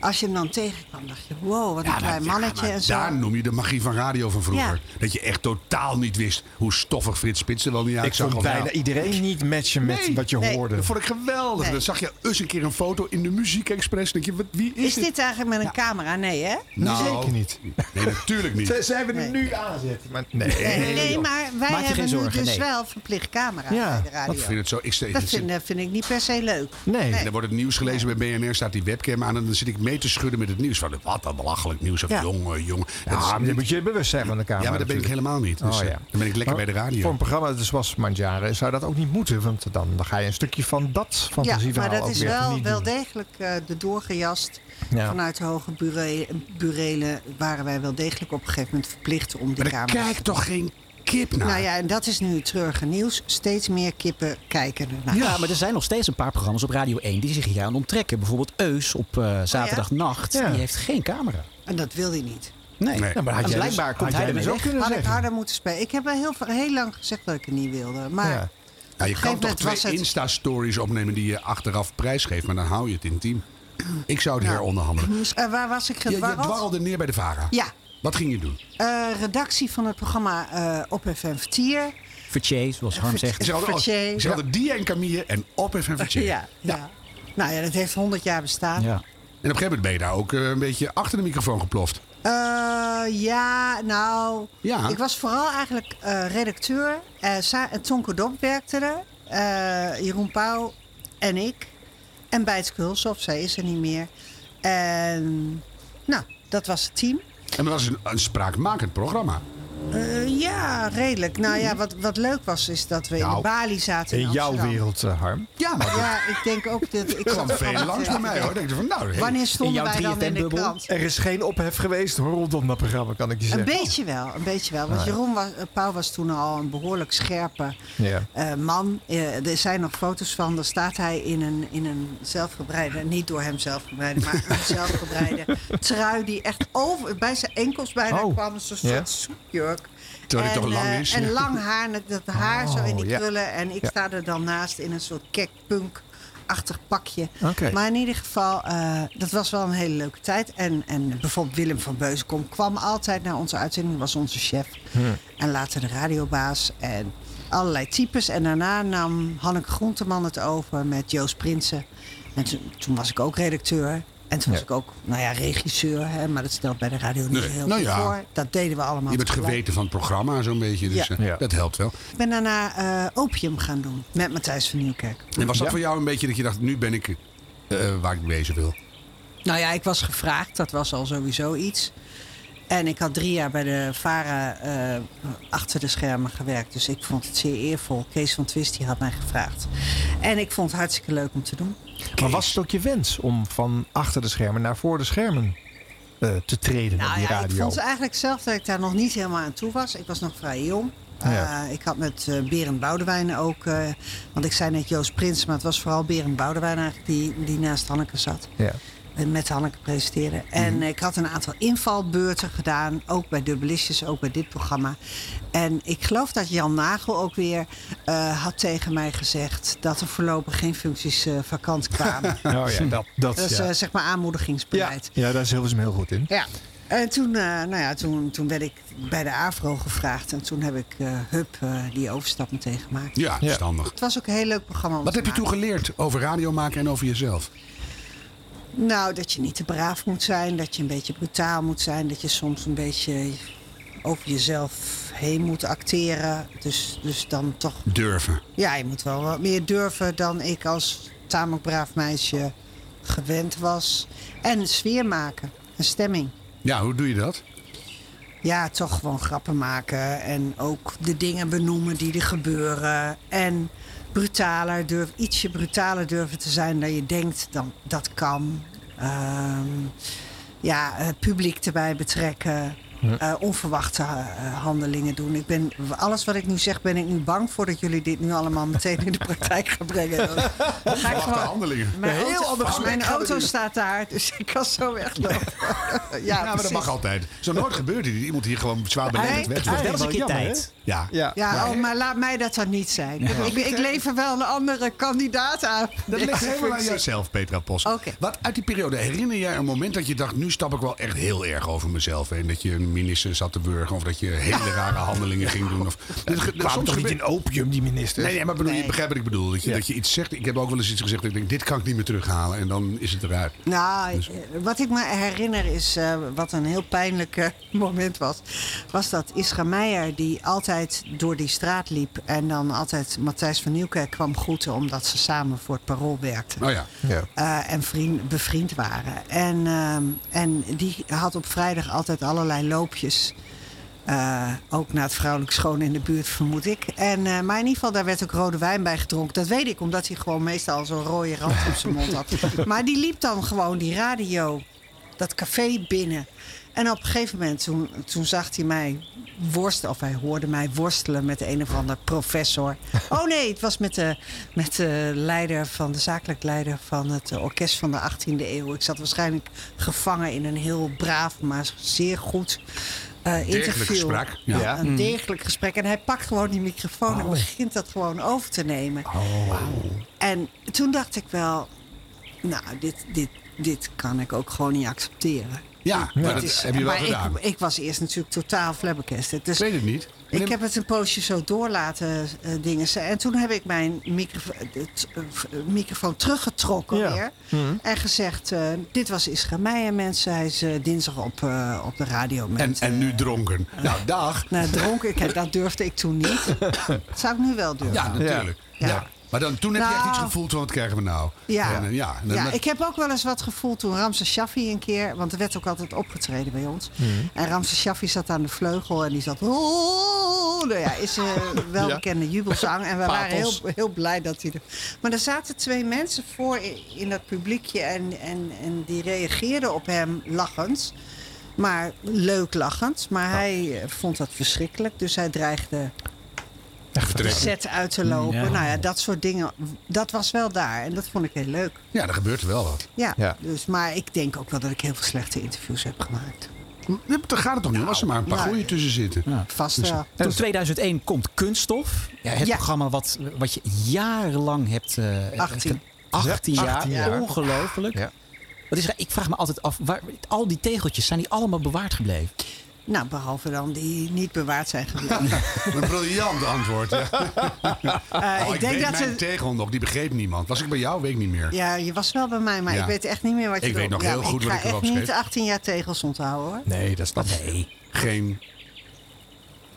Speaker 7: Als je hem dan tegenkwam, dacht je, wow, wat een
Speaker 2: Ja,
Speaker 7: klein
Speaker 2: nou, ja,
Speaker 7: mannetje
Speaker 2: maar
Speaker 7: en zo.
Speaker 2: Daar noem je de magie van radio van vroeger. Dat je echt totaal niet wist hoe stoffig Frits Spits er wel niet
Speaker 3: Ik
Speaker 2: uitzag.
Speaker 3: vond
Speaker 2: of
Speaker 3: bijna
Speaker 2: nou.
Speaker 3: iedereen niet matchen met
Speaker 2: Nee.
Speaker 3: wat je
Speaker 7: Nee.
Speaker 3: hoorde.
Speaker 2: Dat vond ik geweldig.
Speaker 7: Nee.
Speaker 2: Dan zag je eens een keer een foto in de Muziek Express. Dan denk je, wat, wie is,
Speaker 7: Is dit eigenlijk met een camera? Nee, hè?
Speaker 2: Nou,
Speaker 3: zeker niet.
Speaker 2: Nee, natuurlijk
Speaker 7: [laughs]
Speaker 2: niet.
Speaker 3: Ze- Zijn we er
Speaker 7: Nee.
Speaker 3: nu aanzetten? Maar nee.
Speaker 7: Nee, nee, maar wij
Speaker 6: Maak je
Speaker 7: hebben
Speaker 6: geen
Speaker 7: nu
Speaker 6: zorgen,
Speaker 7: dus
Speaker 6: nee.
Speaker 7: wel verplicht camera
Speaker 3: Ja,
Speaker 7: bij de radio.
Speaker 2: Ik vind het zo. Ik dus steeds.
Speaker 7: Dat vind, eh, vind ik niet per se leuk.
Speaker 3: Nee.
Speaker 2: En dan wordt het nieuws gelezen bij BNR, staat die webcam aan en dan zit ik mee te schudden met het nieuws. Van, wat een belachelijk nieuws. Of
Speaker 7: Ja.
Speaker 2: jongen, jongen. Dat is-
Speaker 3: Ja, maar dan moet je bewust zijn van de camera.
Speaker 2: ja, maar dat ben ik
Speaker 3: natuurlijk.
Speaker 2: helemaal niet. Dus,
Speaker 3: Oh,
Speaker 2: eh,
Speaker 3: ja.
Speaker 2: Dan ben ik lekker
Speaker 3: Maar
Speaker 2: bij de radio.
Speaker 3: Voor een programma zoals Mandjaren zou dat ook niet moeten. Want dan, dan ga je een stukje van dat
Speaker 7: Ja,
Speaker 3: fantasieverhaal
Speaker 7: maar dat
Speaker 3: ook
Speaker 7: is
Speaker 3: weer
Speaker 7: wel,
Speaker 3: niet
Speaker 7: wel
Speaker 3: doen.
Speaker 7: degelijk eh, de doorgejast.
Speaker 3: Ja.
Speaker 7: Vanuit Hoge Bure- Burelen waren wij wel degelijk op een gegeven moment verplicht om die
Speaker 2: maar daar
Speaker 7: camera te
Speaker 2: kijkt toch geen kip naar?
Speaker 7: Nou ja, en dat is nu het treurige nieuws. Steeds meer kippen kijken ernaar.
Speaker 6: Ja, maar er zijn nog steeds een paar programma's op Radio 1 die zich hier aan onttrekken. Bijvoorbeeld Eus op
Speaker 7: Oh
Speaker 6: eh, zaterdagnacht.
Speaker 3: Ja.
Speaker 6: Die heeft geen camera.
Speaker 7: En dat wil hij niet.
Speaker 6: Nee.
Speaker 2: Nee.
Speaker 3: Ja, maar had
Speaker 6: En
Speaker 3: jij
Speaker 6: blijkbaar
Speaker 3: dus,
Speaker 6: komt hij
Speaker 3: had jij
Speaker 6: ermee
Speaker 3: dus ook
Speaker 6: weg.
Speaker 3: kunnen
Speaker 7: Had ik
Speaker 3: zeggen.
Speaker 7: harder moeten spelen. Ik heb wel heel, heel lang gezegd dat ik het niet wilde. Maar
Speaker 3: Ja.
Speaker 2: Nou, je
Speaker 7: Op een
Speaker 2: kan
Speaker 7: gegeven
Speaker 2: toch
Speaker 7: moment was
Speaker 2: twee
Speaker 7: het-
Speaker 2: Insta-stories opnemen die je achteraf prijsgeeft, maar dan hou je het intiem. Ik zou het
Speaker 7: [laughs]
Speaker 2: heronderhandelen.
Speaker 7: eh, waar was ik
Speaker 2: Je, je
Speaker 7: gedwarreld?
Speaker 2: dwarrelde neer bij de VARA.
Speaker 7: Ja.
Speaker 2: Wat ging je doen?
Speaker 7: Eh, redactie van het programma eh, op FM Vertier.
Speaker 6: Vertje, zoals Harm
Speaker 7: Vertje.
Speaker 6: zegt.
Speaker 2: Ze hadden, oh,
Speaker 7: Vertje.
Speaker 2: ze hadden die en Camille en op en Vertje.
Speaker 7: Ja, ja. Nou ja, dat heeft 100 jaar bestaan.
Speaker 6: Ja.
Speaker 2: En op een gegeven moment ben je daar ook eh, een beetje achter de microfoon geploft.
Speaker 7: Eh, ja, nou.
Speaker 2: Ja.
Speaker 7: Ik was vooral eigenlijk eh, redacteur. Eh, Sa- en Tonke Dop werkte er. Eh, Jeroen Pauw en ik. En Bijt Kulshoff, zij is er niet meer. En nou, dat was het team.
Speaker 2: En dat was een, een spraakmakend programma.
Speaker 7: Eh, ja, redelijk. Nou ja, wat, wat leuk was, is dat we in
Speaker 2: Nou,
Speaker 7: de balie zaten. In,
Speaker 3: In jouw
Speaker 7: Amsterdam.
Speaker 3: wereld, eh, Harm.
Speaker 2: Ja, maar er
Speaker 7: Ja, ik denk ook [laughs] dat ik
Speaker 2: kwam veel langs bij mij hoor. Ik dacht van nou, hey,
Speaker 7: Wanneer
Speaker 6: jouw
Speaker 7: stonden wij dan in de
Speaker 6: 3FM-bubbel?
Speaker 7: krant?
Speaker 3: Er is geen ophef geweest hoor, rondom dat programma, kan ik je
Speaker 7: Een
Speaker 3: zeggen.
Speaker 7: beetje wel, een beetje wel.
Speaker 2: Ah,
Speaker 7: Want Jeroen was, eh, Pauw was toen al een behoorlijk scherpe
Speaker 3: Ja.
Speaker 7: eh, man. Eh, er zijn nog foto's van. Daar staat hij in een, in een zelfgebreide, niet door hem zelfgebreide, maar
Speaker 2: [laughs]
Speaker 7: een zelfgebreide trui die echt over, bij zijn enkels bijna
Speaker 3: Oh,
Speaker 7: kwam. Zo'n
Speaker 3: ja.
Speaker 7: soort soepjurk.
Speaker 2: Terwijl hij
Speaker 7: en,
Speaker 2: toch lang
Speaker 7: eh,
Speaker 2: is. Oh,
Speaker 7: En lang haar, net dat haar zo in die
Speaker 3: ja.
Speaker 7: krullen. En ik
Speaker 3: Ja.
Speaker 7: sta er dan naast in een soort kek punk achtig pakje.
Speaker 3: Oké.
Speaker 7: Maar in ieder geval, eh, dat was wel een hele leuke tijd. En, en bijvoorbeeld Willem van Beuzenkom kwam altijd naar onze uitzending. was onze chef.
Speaker 2: Hmm.
Speaker 7: En later de radiobaas. En allerlei types. En daarna nam Hanneke Groenteman het over met Joost Prinsen. En toen, toen was ik ook redacteur. En toen was ik ook, nou ja, regisseur. Hè, maar dat stelt bij de radio niet
Speaker 2: Nee.
Speaker 7: heel
Speaker 2: Nou
Speaker 7: veel
Speaker 2: ja.
Speaker 7: voor. Dat deden we allemaal.
Speaker 2: je bent
Speaker 7: tegelijk.
Speaker 2: geweten van het programma zo'n beetje. Dus
Speaker 7: Ja.
Speaker 2: eh,
Speaker 3: Ja.
Speaker 2: dat helpt wel.
Speaker 7: Ik ben daarna eh, opium gaan doen met Matthijs van Nieuwkerk.
Speaker 2: En was dat
Speaker 3: Ja.
Speaker 2: voor jou een beetje dat je dacht, nu ben ik eh, waar ik wezen wil?
Speaker 7: Nou ja, ik was gevraagd. Dat was al sowieso iets. En ik had drie jaar bij de VARA eh, achter de schermen gewerkt. Dus ik vond het zeer eervol. Kees van Twist die had mij gevraagd. En ik vond het hartstikke leuk om te doen.
Speaker 3: Maar was het ook je wens om van achter de schermen naar voor de schermen eh, te treden op
Speaker 7: Nou
Speaker 3: die
Speaker 7: ja, ik
Speaker 3: radio?
Speaker 7: vond eigenlijk zelf dat ik daar nog niet helemaal aan toe was. Ik was nog vrij jong.
Speaker 3: Ja.
Speaker 7: Eh, ik had met eh Berend Boudewijn ook, eh, want ik zei net Joost Prins, maar het was vooral Berend Boudewijn eigenlijk die, die naast Hanneke zat.
Speaker 3: Ja.
Speaker 7: En met Hanneke presenteren. En
Speaker 2: Mhm.
Speaker 7: ik had een aantal invalbeurten gedaan. Ook bij Dubbelistjes, ook bij dit programma. En ik geloof dat Jan Nagel ook weer eh, had tegen mij gezegd... dat er voorlopig geen functies eh, vakant kwamen.
Speaker 2: [laughs]
Speaker 3: Oh [laughs] ja, dat, dat,
Speaker 7: dat is
Speaker 3: ja.
Speaker 7: eh, zeg maar
Speaker 3: ja.
Speaker 7: aanmoedigingsbeleid.
Speaker 3: ja, daar is Hilversum heel goed in.
Speaker 7: Ja. En toen, eh, nou ja, toen, toen werd ik bij de AVRO gevraagd. En toen heb ik eh Hup eh, die overstap meteen gemaakt.
Speaker 2: Ja,
Speaker 3: Ja.
Speaker 2: verstandig.
Speaker 7: Het was ook een heel leuk programma. om
Speaker 2: Wat
Speaker 7: te
Speaker 2: heb je
Speaker 7: maken.
Speaker 2: toen geleerd over radio maken en over jezelf?
Speaker 7: Nou, dat je niet te braaf moet zijn, dat je een beetje brutaal moet zijn, dat je soms een beetje over jezelf heen moet acteren. Dus, dus dan toch,
Speaker 2: Durven.
Speaker 7: ja, je moet wel wat meer durven dan ik als tamelijk braaf meisje gewend was. En een sfeer maken, een stemming.
Speaker 2: Ja, hoe doe je dat?
Speaker 7: Ja, toch gewoon grappen maken en ook de dingen benoemen die er gebeuren. En brutaler durf, ietsje brutaler durven te zijn dan je denkt dan dat kan. Ehm, ja, het publiek erbij betrekken. Eh, onverwachte eh, handelingen doen. Ik ben, alles wat ik nu zeg, ben ik nu bang voor dat jullie dit nu allemaal meteen in de praktijk gaan brengen.
Speaker 2: [laughs]
Speaker 7: Dan
Speaker 2: Wacht,
Speaker 7: ga ik
Speaker 2: de
Speaker 7: gewoon.
Speaker 2: handelingen.
Speaker 7: Mijn
Speaker 2: Ja,
Speaker 7: auto, mijn
Speaker 2: gaan we
Speaker 7: auto
Speaker 2: nu.
Speaker 7: staat daar, dus ik kan zo
Speaker 2: [laughs]
Speaker 7: weglopen.
Speaker 2: Ja, Nou, maar dat mag altijd. Zo nooit gebeurt dit. Iemand hier gewoon zwaar
Speaker 7: Hij-
Speaker 2: beneden werd.
Speaker 6: Het was wel eens een
Speaker 3: Wel
Speaker 6: keer
Speaker 3: jammer,
Speaker 6: tijd.
Speaker 2: Ja.
Speaker 3: Ja.
Speaker 7: Ja, oh, maar laat mij dat dan niet zijn. Ik, ik lever wel een andere kandidaat aan.
Speaker 2: Dat ligt helemaal aan jezelf, Petra Pos.
Speaker 7: Oké.
Speaker 2: Wat uit die periode, herinner jij een moment dat je dacht... nu stap ik wel echt heel erg over mezelf heen? Dat je een minister zat te wurgen of dat je hele rare handelingen ging doen?
Speaker 7: [laughs]
Speaker 2: Of, dat, dat,
Speaker 3: Kwamen toch niet in opium, die minister?
Speaker 2: Nee, nee, maar bedoel, je begrijpt wat ik bedoel. Dat je,
Speaker 3: Ja.
Speaker 2: dat je iets zegt. Ik heb ook wel eens iets gezegd. Dat ik denk, dit kan ik niet meer terughalen. En dan is het eruit.
Speaker 7: Nou,
Speaker 2: Dus-
Speaker 7: eh, wat ik me herinner is, eh, wat een heel pijnlijk eh, [laughs] moment was, was dat Isra Meijer, die altijd door die straat liep en dan altijd Matthijs van Nieuwkerk kwam groeten omdat ze samen voor het parool werkten.
Speaker 2: Nou ja.
Speaker 3: Ja.
Speaker 7: eh, en vriend, bevriend waren. En, ehm, en die had op vrijdag altijd allerlei loopjes. Eh, ook naar het vrouwelijk schoon in de buurt, vermoed ik. En, eh, maar in ieder geval, daar werd ook rode wijn bij gedronken. Dat weet ik, omdat hij gewoon meestal zo'n rode rand op zijn mond had. Maar die liep dan gewoon die radio, dat café binnen. En op een gegeven moment, toen, toen zag hij mij worstelen, of hij hoorde mij worstelen met een of ander professor. Oh nee, het was met de, met de leider van de zakelijk leider van het eh, orkest van de 18e eeuw. Ik zat waarschijnlijk gevangen in een heel braaf, maar zeer goed eh,
Speaker 2: Degelijk
Speaker 7: interview.
Speaker 2: gesprek. Ja. Mm. Oh.
Speaker 3: Ja.
Speaker 7: Een degelijk gesprek. En hij pakt gewoon die microfoon en begint dat gewoon over te nemen. En toen dacht ik wel, nou, dit, dit, dit kan ik ook gewoon niet accepteren.
Speaker 2: Ja, maar dat
Speaker 7: Het is-
Speaker 2: heb je wel
Speaker 7: maar
Speaker 2: gedaan.
Speaker 7: Ik, ik was eerst natuurlijk totaal flabbergasted.
Speaker 2: Ik
Speaker 7: Dus
Speaker 2: weet het niet.
Speaker 7: ik heb het een poosje zo door laten eh, dingen. ze- En toen heb ik mijn microfo- het, eh, f- eh, microfoon teruggetrokken
Speaker 3: Ja.
Speaker 7: weer.
Speaker 2: Mhm.
Speaker 7: En gezegd, eh, dit was Isra Meijer mensen. Hij is eh, dinsdag op, eh, op de radio met...
Speaker 2: En, en nu dronken. Nou, dag.
Speaker 7: Nou, dronken, ik, dat durfde ik toen
Speaker 2: [laughs]
Speaker 7: niet. Dat zou ik nu wel durven.
Speaker 2: Ja, natuurlijk. Ja.
Speaker 7: Ja.
Speaker 2: Maar dan, toen heb je echt
Speaker 7: Nou.
Speaker 2: iets gevoeld van wat krijgen we nou?
Speaker 7: Ja.
Speaker 2: En, eh, ja, en dan-
Speaker 7: Ja, ik heb ook wel eens wat gevoeld toen Ramse Shaffi een keer... want er werd ook altijd opgetreden bij ons. En Ramse Shaffi zat aan de vleugel en die zat... Nou ja, is een welbekende jubelzang. En we waren heel, heel blij dat hij er... Maar er zaten twee mensen voor i- in dat publiekje... en, en, en die reageerden op hem lachend. Maar leuk lachend. Maar hij eh, vond dat verschrikkelijk. Dus hij dreigde de set uit te lopen.
Speaker 6: Ja.
Speaker 7: Nou ja, dat soort dingen. Dat was wel daar. En dat vond ik heel leuk.
Speaker 2: ja, er gebeurt wel wat.
Speaker 7: Ja,
Speaker 3: Ja.
Speaker 7: Dus, maar ik denk ook wel dat ik heel veel slechte interviews heb gemaakt.
Speaker 2: Ja, maar Daar gaat het toch niet om als er maar een paar
Speaker 7: Nou.
Speaker 2: goeie tussen zitten.
Speaker 7: Vast
Speaker 2: Dus-
Speaker 7: wel.
Speaker 6: Toen 2001 komt Kunststof. Ja, het
Speaker 7: Ja.
Speaker 6: programma wat, wat je jarenlang hebt... eh,
Speaker 7: 18.
Speaker 6: 18
Speaker 3: Ja,
Speaker 6: jaar.
Speaker 3: 18 jaar.
Speaker 6: Ongelooflijk.
Speaker 3: Ja.
Speaker 6: Dat is, ik vraag me altijd af, waar, al die tegeltjes, zijn die allemaal bewaard gebleven?
Speaker 7: Nou, behalve dan die niet bewaard zijn
Speaker 2: [laughs]
Speaker 7: gebleven.
Speaker 2: Een briljant antwoord. Ja.
Speaker 7: Eh,
Speaker 2: Oh, ik,
Speaker 7: ik denk
Speaker 2: weet
Speaker 7: dat
Speaker 2: mijn
Speaker 7: ze...
Speaker 2: tegel nog, die begreep niemand. Was ik bij jou, weet ik niet meer.
Speaker 7: Ja, je was wel bij mij, maar
Speaker 2: Ja.
Speaker 7: ik weet echt niet meer wat je
Speaker 2: Ik weet
Speaker 7: bedoelt.
Speaker 2: nog heel
Speaker 7: ja,
Speaker 2: goed
Speaker 7: ik
Speaker 2: wat
Speaker 7: ga
Speaker 2: ik erop
Speaker 7: echt niet
Speaker 2: schreef.
Speaker 7: 18 jaar tegels onthouden hoor.
Speaker 3: Nee, dat snap ik.
Speaker 6: Nee.
Speaker 2: Geen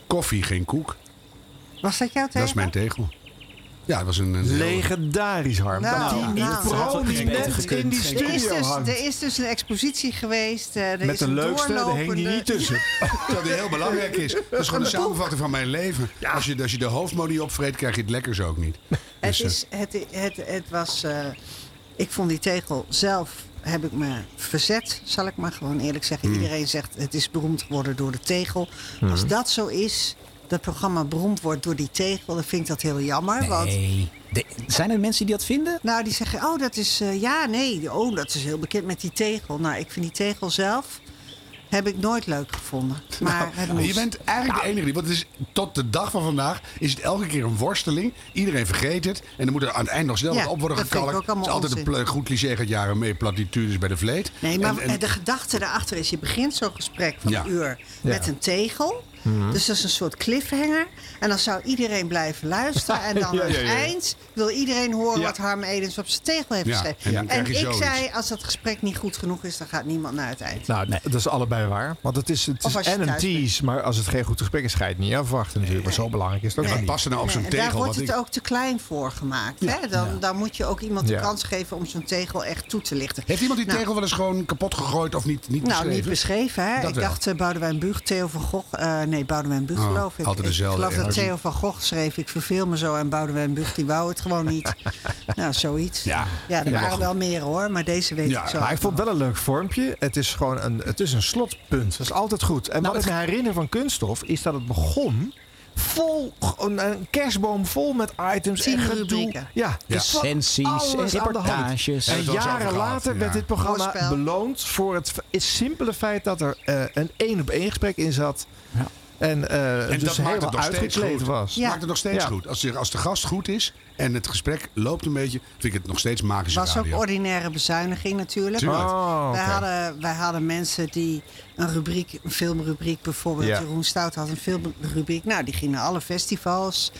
Speaker 2: koffie, geen koek.
Speaker 7: Was dat jouw tegel?
Speaker 2: Dat is mijn tegel. Ja, dat was een... een heel-
Speaker 3: Legendarisch, Harm.
Speaker 7: Nou,
Speaker 3: dat die
Speaker 7: nou,
Speaker 3: niet
Speaker 7: nou.
Speaker 6: Had wel iets
Speaker 3: prominent
Speaker 6: beter
Speaker 3: in die
Speaker 6: gekund.
Speaker 7: er is,
Speaker 3: studio
Speaker 7: dus,
Speaker 3: hangt.
Speaker 7: er is dus een expositie geweest. eh, er
Speaker 3: Met
Speaker 7: is
Speaker 3: de
Speaker 7: een
Speaker 3: leukste, daar hing die
Speaker 7: doorlopende-
Speaker 3: niet tussen.
Speaker 2: [laughs] Dat die heel belangrijk is. Dat is gewoon de samenvatting van mijn leven. Als, je, als je de hoofdmonie opvreet, krijg je het lekkers ook niet.
Speaker 7: Het,
Speaker 2: Dus, eh,
Speaker 7: is, het, het, het was eh, Ik vond die tegel zelf, heb ik me verzet, zal ik maar gewoon eerlijk zeggen.
Speaker 2: Hmm.
Speaker 7: Iedereen zegt het is beroemd geworden door de tegel. Als dat zo is, dat programma beroemd wordt door die tegel, dan vind ik dat heel jammer. Want
Speaker 6: Nee. De- zijn er mensen die dat vinden?
Speaker 7: nou, die zeggen, oh, dat is, eh, ja, nee, oh, dat is heel bekend met die tegel. Nou, ik vind die tegel zelf, heb ik nooit leuk
Speaker 2: [laughs]
Speaker 7: gevonden. Maar eh, het
Speaker 2: Maar Nou, Je
Speaker 7: moest.
Speaker 2: bent eigenlijk
Speaker 7: Nou.
Speaker 2: de enige die. Want het is, tot de dag van vandaag is het elke keer een worsteling. Iedereen vergeet het. En dan moet er aan het eind nog snel
Speaker 7: Ja,
Speaker 2: wat op worden
Speaker 7: dat vind ik
Speaker 2: gekalkt.
Speaker 7: ook
Speaker 2: Het is
Speaker 7: allemaal
Speaker 2: altijd een
Speaker 7: onzin.
Speaker 2: ple- goed cliché gaat jaren mee. Platitudes bij de vleet.
Speaker 7: Nee, maar eh,
Speaker 2: En- en-
Speaker 7: de gedachte daarachter is, je begint zo'n gesprek van
Speaker 2: Ja. Mhm.
Speaker 7: een uur
Speaker 3: Ja.
Speaker 7: met een tegel. Dus dat is een soort cliffhanger. En dan zou iedereen blijven luisteren. En
Speaker 2: [laughs]
Speaker 7: dan aan het eind wil iedereen horen
Speaker 2: Ja.
Speaker 7: wat Harm Edens op zijn tegel heeft
Speaker 2: Ja,
Speaker 7: geschreven.
Speaker 2: en dan
Speaker 7: En,
Speaker 2: krijg je
Speaker 7: ik
Speaker 2: zoiets.
Speaker 7: zei, als dat gesprek niet goed genoeg is, dan gaat niemand naar het eind.
Speaker 3: Nou,
Speaker 6: Nee.
Speaker 3: dat is allebei waar. Want het is, het
Speaker 7: Of
Speaker 3: is
Speaker 7: als je
Speaker 3: en een
Speaker 7: thuis bent.
Speaker 3: tease, maar als het geen goed gesprek is, ga je het niet afwachten natuurlijk. Maar zo belangrijk is dat
Speaker 2: maar
Speaker 3: ook niet.
Speaker 2: past er nou op
Speaker 7: Nee,
Speaker 2: zo'n
Speaker 7: en
Speaker 2: tegel?
Speaker 7: daar wordt
Speaker 2: want
Speaker 7: het
Speaker 2: ik-
Speaker 7: ook te klein voor gemaakt. hè? Dan, dan moet je ook iemand de
Speaker 3: Ja.
Speaker 7: kans geven om zo'n tegel echt toe te lichten.
Speaker 2: Heeft iemand die
Speaker 7: Nou,
Speaker 2: tegel wel eens gewoon kapot gegooid of niet, niet
Speaker 7: Nou, niet
Speaker 2: beschreven?
Speaker 7: beschreven. Hè?
Speaker 2: Dat
Speaker 7: Ik
Speaker 2: wel.
Speaker 7: dacht eh, Boudewijn Buug, Theo van Gogh. eh, nee, Boudewijn Buug
Speaker 2: Oh,
Speaker 7: geloof ik.
Speaker 2: altijd dezelfde,
Speaker 7: Ik geloof dat
Speaker 2: ja.
Speaker 7: Theo van Gogh schreef. Ik verveel me zo en Boudewijn Buug die wou het gewoon
Speaker 2: [laughs]
Speaker 7: niet. nou, zoiets.
Speaker 2: Ja.
Speaker 7: ja er
Speaker 2: Ja.
Speaker 7: waren wel meer hoor, maar deze weet
Speaker 2: Ja,
Speaker 7: ik zo.
Speaker 3: Maar ik vond het wel een leuk vormpje. Het is gewoon een, het is een slotpunt. Dat is altijd goed. En
Speaker 7: Nou,
Speaker 3: wat ik me herinner van Kunststof is dat het begon vol, gewoon een kerstboom vol met items
Speaker 7: Tien
Speaker 3: en gedoe.
Speaker 7: rubrieken.
Speaker 3: Ja, dus wat
Speaker 6: Essenties en
Speaker 3: alles aan de hand.
Speaker 6: reportages.
Speaker 2: Ja,
Speaker 3: En
Speaker 2: dat was
Speaker 3: jaren
Speaker 2: overgehaald,
Speaker 3: later
Speaker 2: ja.
Speaker 3: werd dit programma
Speaker 7: Hoorspel.
Speaker 3: beloond voor het, het simpele feit dat er eh, een één op één gesprek in zat.
Speaker 6: Ja.
Speaker 3: En, eh
Speaker 2: En dat
Speaker 3: dus
Speaker 2: maakt het
Speaker 3: helemaal
Speaker 2: nog steeds
Speaker 3: uitgekleed
Speaker 2: goed.
Speaker 3: was.
Speaker 7: Ja.
Speaker 2: Maakt het nog steeds
Speaker 3: Ja.
Speaker 2: goed. Als de, als de gast goed is en het gesprek loopt een beetje, vind ik het nog steeds
Speaker 7: Het
Speaker 2: magische
Speaker 7: was ook
Speaker 2: radio.
Speaker 7: ordinaire bezuiniging natuurlijk.
Speaker 2: Tuurlijk.
Speaker 7: want
Speaker 3: Oh, oké.
Speaker 7: wij, hadden, wij hadden mensen die een rubriek, een filmrubriek bijvoorbeeld.
Speaker 3: Ja.
Speaker 7: Jeroen Stout had een filmrubriek. Nou, die ging naar alle festivals.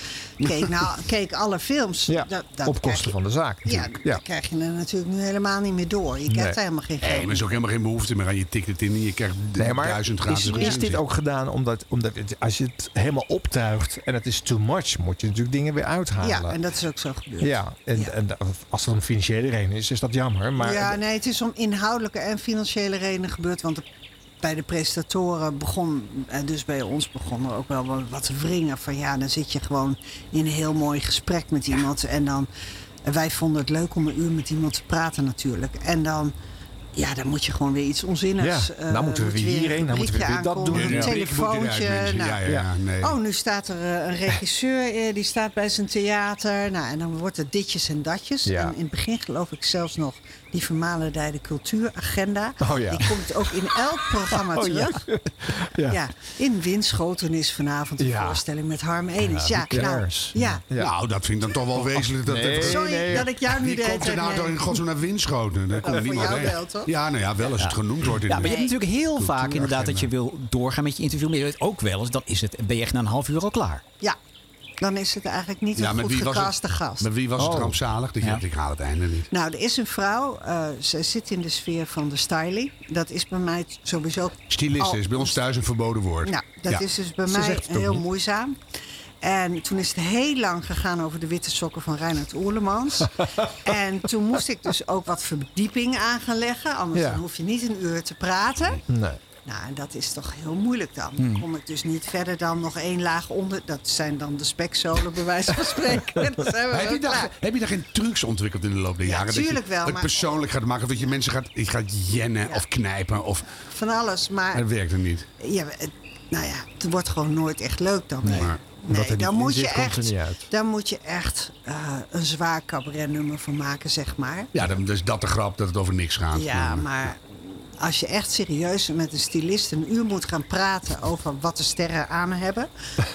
Speaker 2: [laughs]
Speaker 7: Keek, naar, keek alle films.
Speaker 3: Ja,
Speaker 7: Dat- dat krijg
Speaker 3: op kosten
Speaker 7: je-
Speaker 3: van de zaak
Speaker 7: Ja,
Speaker 3: natuurlijk. Ja.
Speaker 7: dan krijg je er natuurlijk nu helemaal niet meer door. Je
Speaker 3: Nee.
Speaker 7: krijgt daar helemaal geen
Speaker 2: Nee,
Speaker 7: geld.
Speaker 2: maar er is ook helemaal geen behoefte meer aan. Je tikt het in en je krijgt
Speaker 3: Nee, maar
Speaker 2: duizend gratis
Speaker 3: is, is dit
Speaker 2: recensies.
Speaker 3: ook gedaan omdat, omdat het- als je het helemaal optuigt en het is too much, moet je natuurlijk dingen weer uithalen.
Speaker 7: Ja, en dat is ook zo gebeurd.
Speaker 3: eh, Ja, en,
Speaker 7: Ja.
Speaker 3: en als er een financiële reden is, is dat jammer. Maar
Speaker 7: ja, nee, het is om inhoudelijke en financiële redenen gebeurd. Want de- bij de presentatoren begon, en dus bij ons begon er ook wel wat- wat te wringen. Van ja, dan zit je gewoon in een heel mooi gesprek met iemand. En dan, en wij vonden het leuk om een uur met iemand te praten natuurlijk. En dan, ja, dan moet je gewoon weer iets onzinnigs.
Speaker 3: Ja,
Speaker 7: eh,
Speaker 3: nou moeten we
Speaker 7: moet
Speaker 3: weer
Speaker 7: een
Speaker 3: hierheen, nou moeten we
Speaker 7: rubriekje
Speaker 3: weer dat doen.
Speaker 2: Ja,
Speaker 7: aankondigen,
Speaker 2: ja.
Speaker 7: Een telefoontje.
Speaker 2: Ja,
Speaker 7: nou,
Speaker 2: ja, ja,
Speaker 3: Ja.
Speaker 2: nee.
Speaker 7: Oh, nu staat er eh, een regisseur, eh, die staat bij zijn theater. Nou, en dan wordt het ditjes en datjes.
Speaker 3: Ja.
Speaker 7: En in het begin geloof ik zelfs nog die vermalendijde cultuuragenda.
Speaker 3: Oh ja.
Speaker 7: Die komt ook in elk programma
Speaker 3: Oh ja.
Speaker 7: terug.
Speaker 3: ja.
Speaker 7: Ja. In Winschoten is vanavond een
Speaker 3: Ja.
Speaker 7: voorstelling met Harm Edens.
Speaker 3: Ja,
Speaker 7: Ja,
Speaker 3: who
Speaker 7: nou,
Speaker 3: cares?
Speaker 7: ja.
Speaker 3: Ja.
Speaker 2: Nou, dat vind ik dan toch wel wezenlijk. Dat,
Speaker 3: Nee.
Speaker 2: dat,
Speaker 7: Oh, Sorry
Speaker 3: nee.
Speaker 7: dat ik jou nu
Speaker 2: wie
Speaker 7: deed.
Speaker 2: komt er nou door in godsnaam naar Winschoten? Daar komt
Speaker 7: voor
Speaker 2: niemand
Speaker 7: jou
Speaker 2: heen.
Speaker 7: wel, toch?
Speaker 2: Ja, nou ja, wel als het genoemd wordt. in
Speaker 6: Ja,
Speaker 2: de-
Speaker 6: maar je hebt natuurlijk heel vaak inderdaad dat je wil doorgaan met je interview. Maar je weet ook wel eens, dan is het, ben je echt na een half uur al klaar.
Speaker 7: Ja. Dan is het eigenlijk niet
Speaker 2: Ja,
Speaker 7: een
Speaker 2: met
Speaker 7: goed
Speaker 2: wie was het-
Speaker 7: gecaste gast.
Speaker 2: Maar wie was het
Speaker 3: Oh.
Speaker 2: rampzalig? Dat je
Speaker 6: Ja.
Speaker 2: dacht, ik haal het einde niet.
Speaker 7: Nou, er is een vrouw, eh, ze zit in de sfeer van de styling. Dat is bij mij sowieso...
Speaker 2: Stylisten
Speaker 7: al-
Speaker 2: is bij ons thuis een verboden woord.
Speaker 7: Oh. Nou, dat
Speaker 2: Ja.
Speaker 7: is dus bij
Speaker 3: Ze
Speaker 7: mij
Speaker 3: zegt het ook
Speaker 7: heel
Speaker 3: niet.
Speaker 7: moeizaam. En toen is het heel lang gegaan over de witte sokken van Reinhard
Speaker 3: [laughs]
Speaker 7: Oerlemans. en toen moest ik dus ook wat verdieping aan gaan leggen. Anders
Speaker 3: Ja.
Speaker 7: dan hoef je niet een uur te praten.
Speaker 3: Nee. Hmm.
Speaker 7: Nou, en dat is toch heel moeilijk dan. Dan kom ik dus niet verder dan nog één laag onder. Dat zijn dan de spekzolen, bij wijze
Speaker 3: [laughs]
Speaker 7: van spreken. En dan zijn we
Speaker 2: Heb
Speaker 7: wel
Speaker 2: je, daar,
Speaker 7: eh, klaar.
Speaker 2: heb je daar geen trucs ontwikkeld in de loop der
Speaker 7: Ja,
Speaker 2: jaren? Dat je-
Speaker 7: tuurlijk wel,
Speaker 2: Dat je
Speaker 7: maar-
Speaker 2: persoonlijk gaat maken of dat je mensen gaat, je gaat jennen of knijpen. Of,
Speaker 7: Van alles, maar...
Speaker 2: dat werkt er niet.
Speaker 7: Ja, het- nou ja, het wordt gewoon nooit echt leuk dan. Nee,
Speaker 2: Maar
Speaker 3: Omdat er
Speaker 7: dan,
Speaker 3: niet in
Speaker 7: moet
Speaker 3: zit,
Speaker 7: je
Speaker 3: komt er
Speaker 7: echt,
Speaker 3: niet uit.
Speaker 7: dan moet je echt eh, een zwaar cabaretnummer van maken, zeg maar.
Speaker 2: ja, dan is dat de grap dat het over niks gaat.
Speaker 7: Ja, maar als je echt serieus met een stylist een uur moet gaan praten over wat de sterren aan
Speaker 3: [laughs]
Speaker 7: hebben.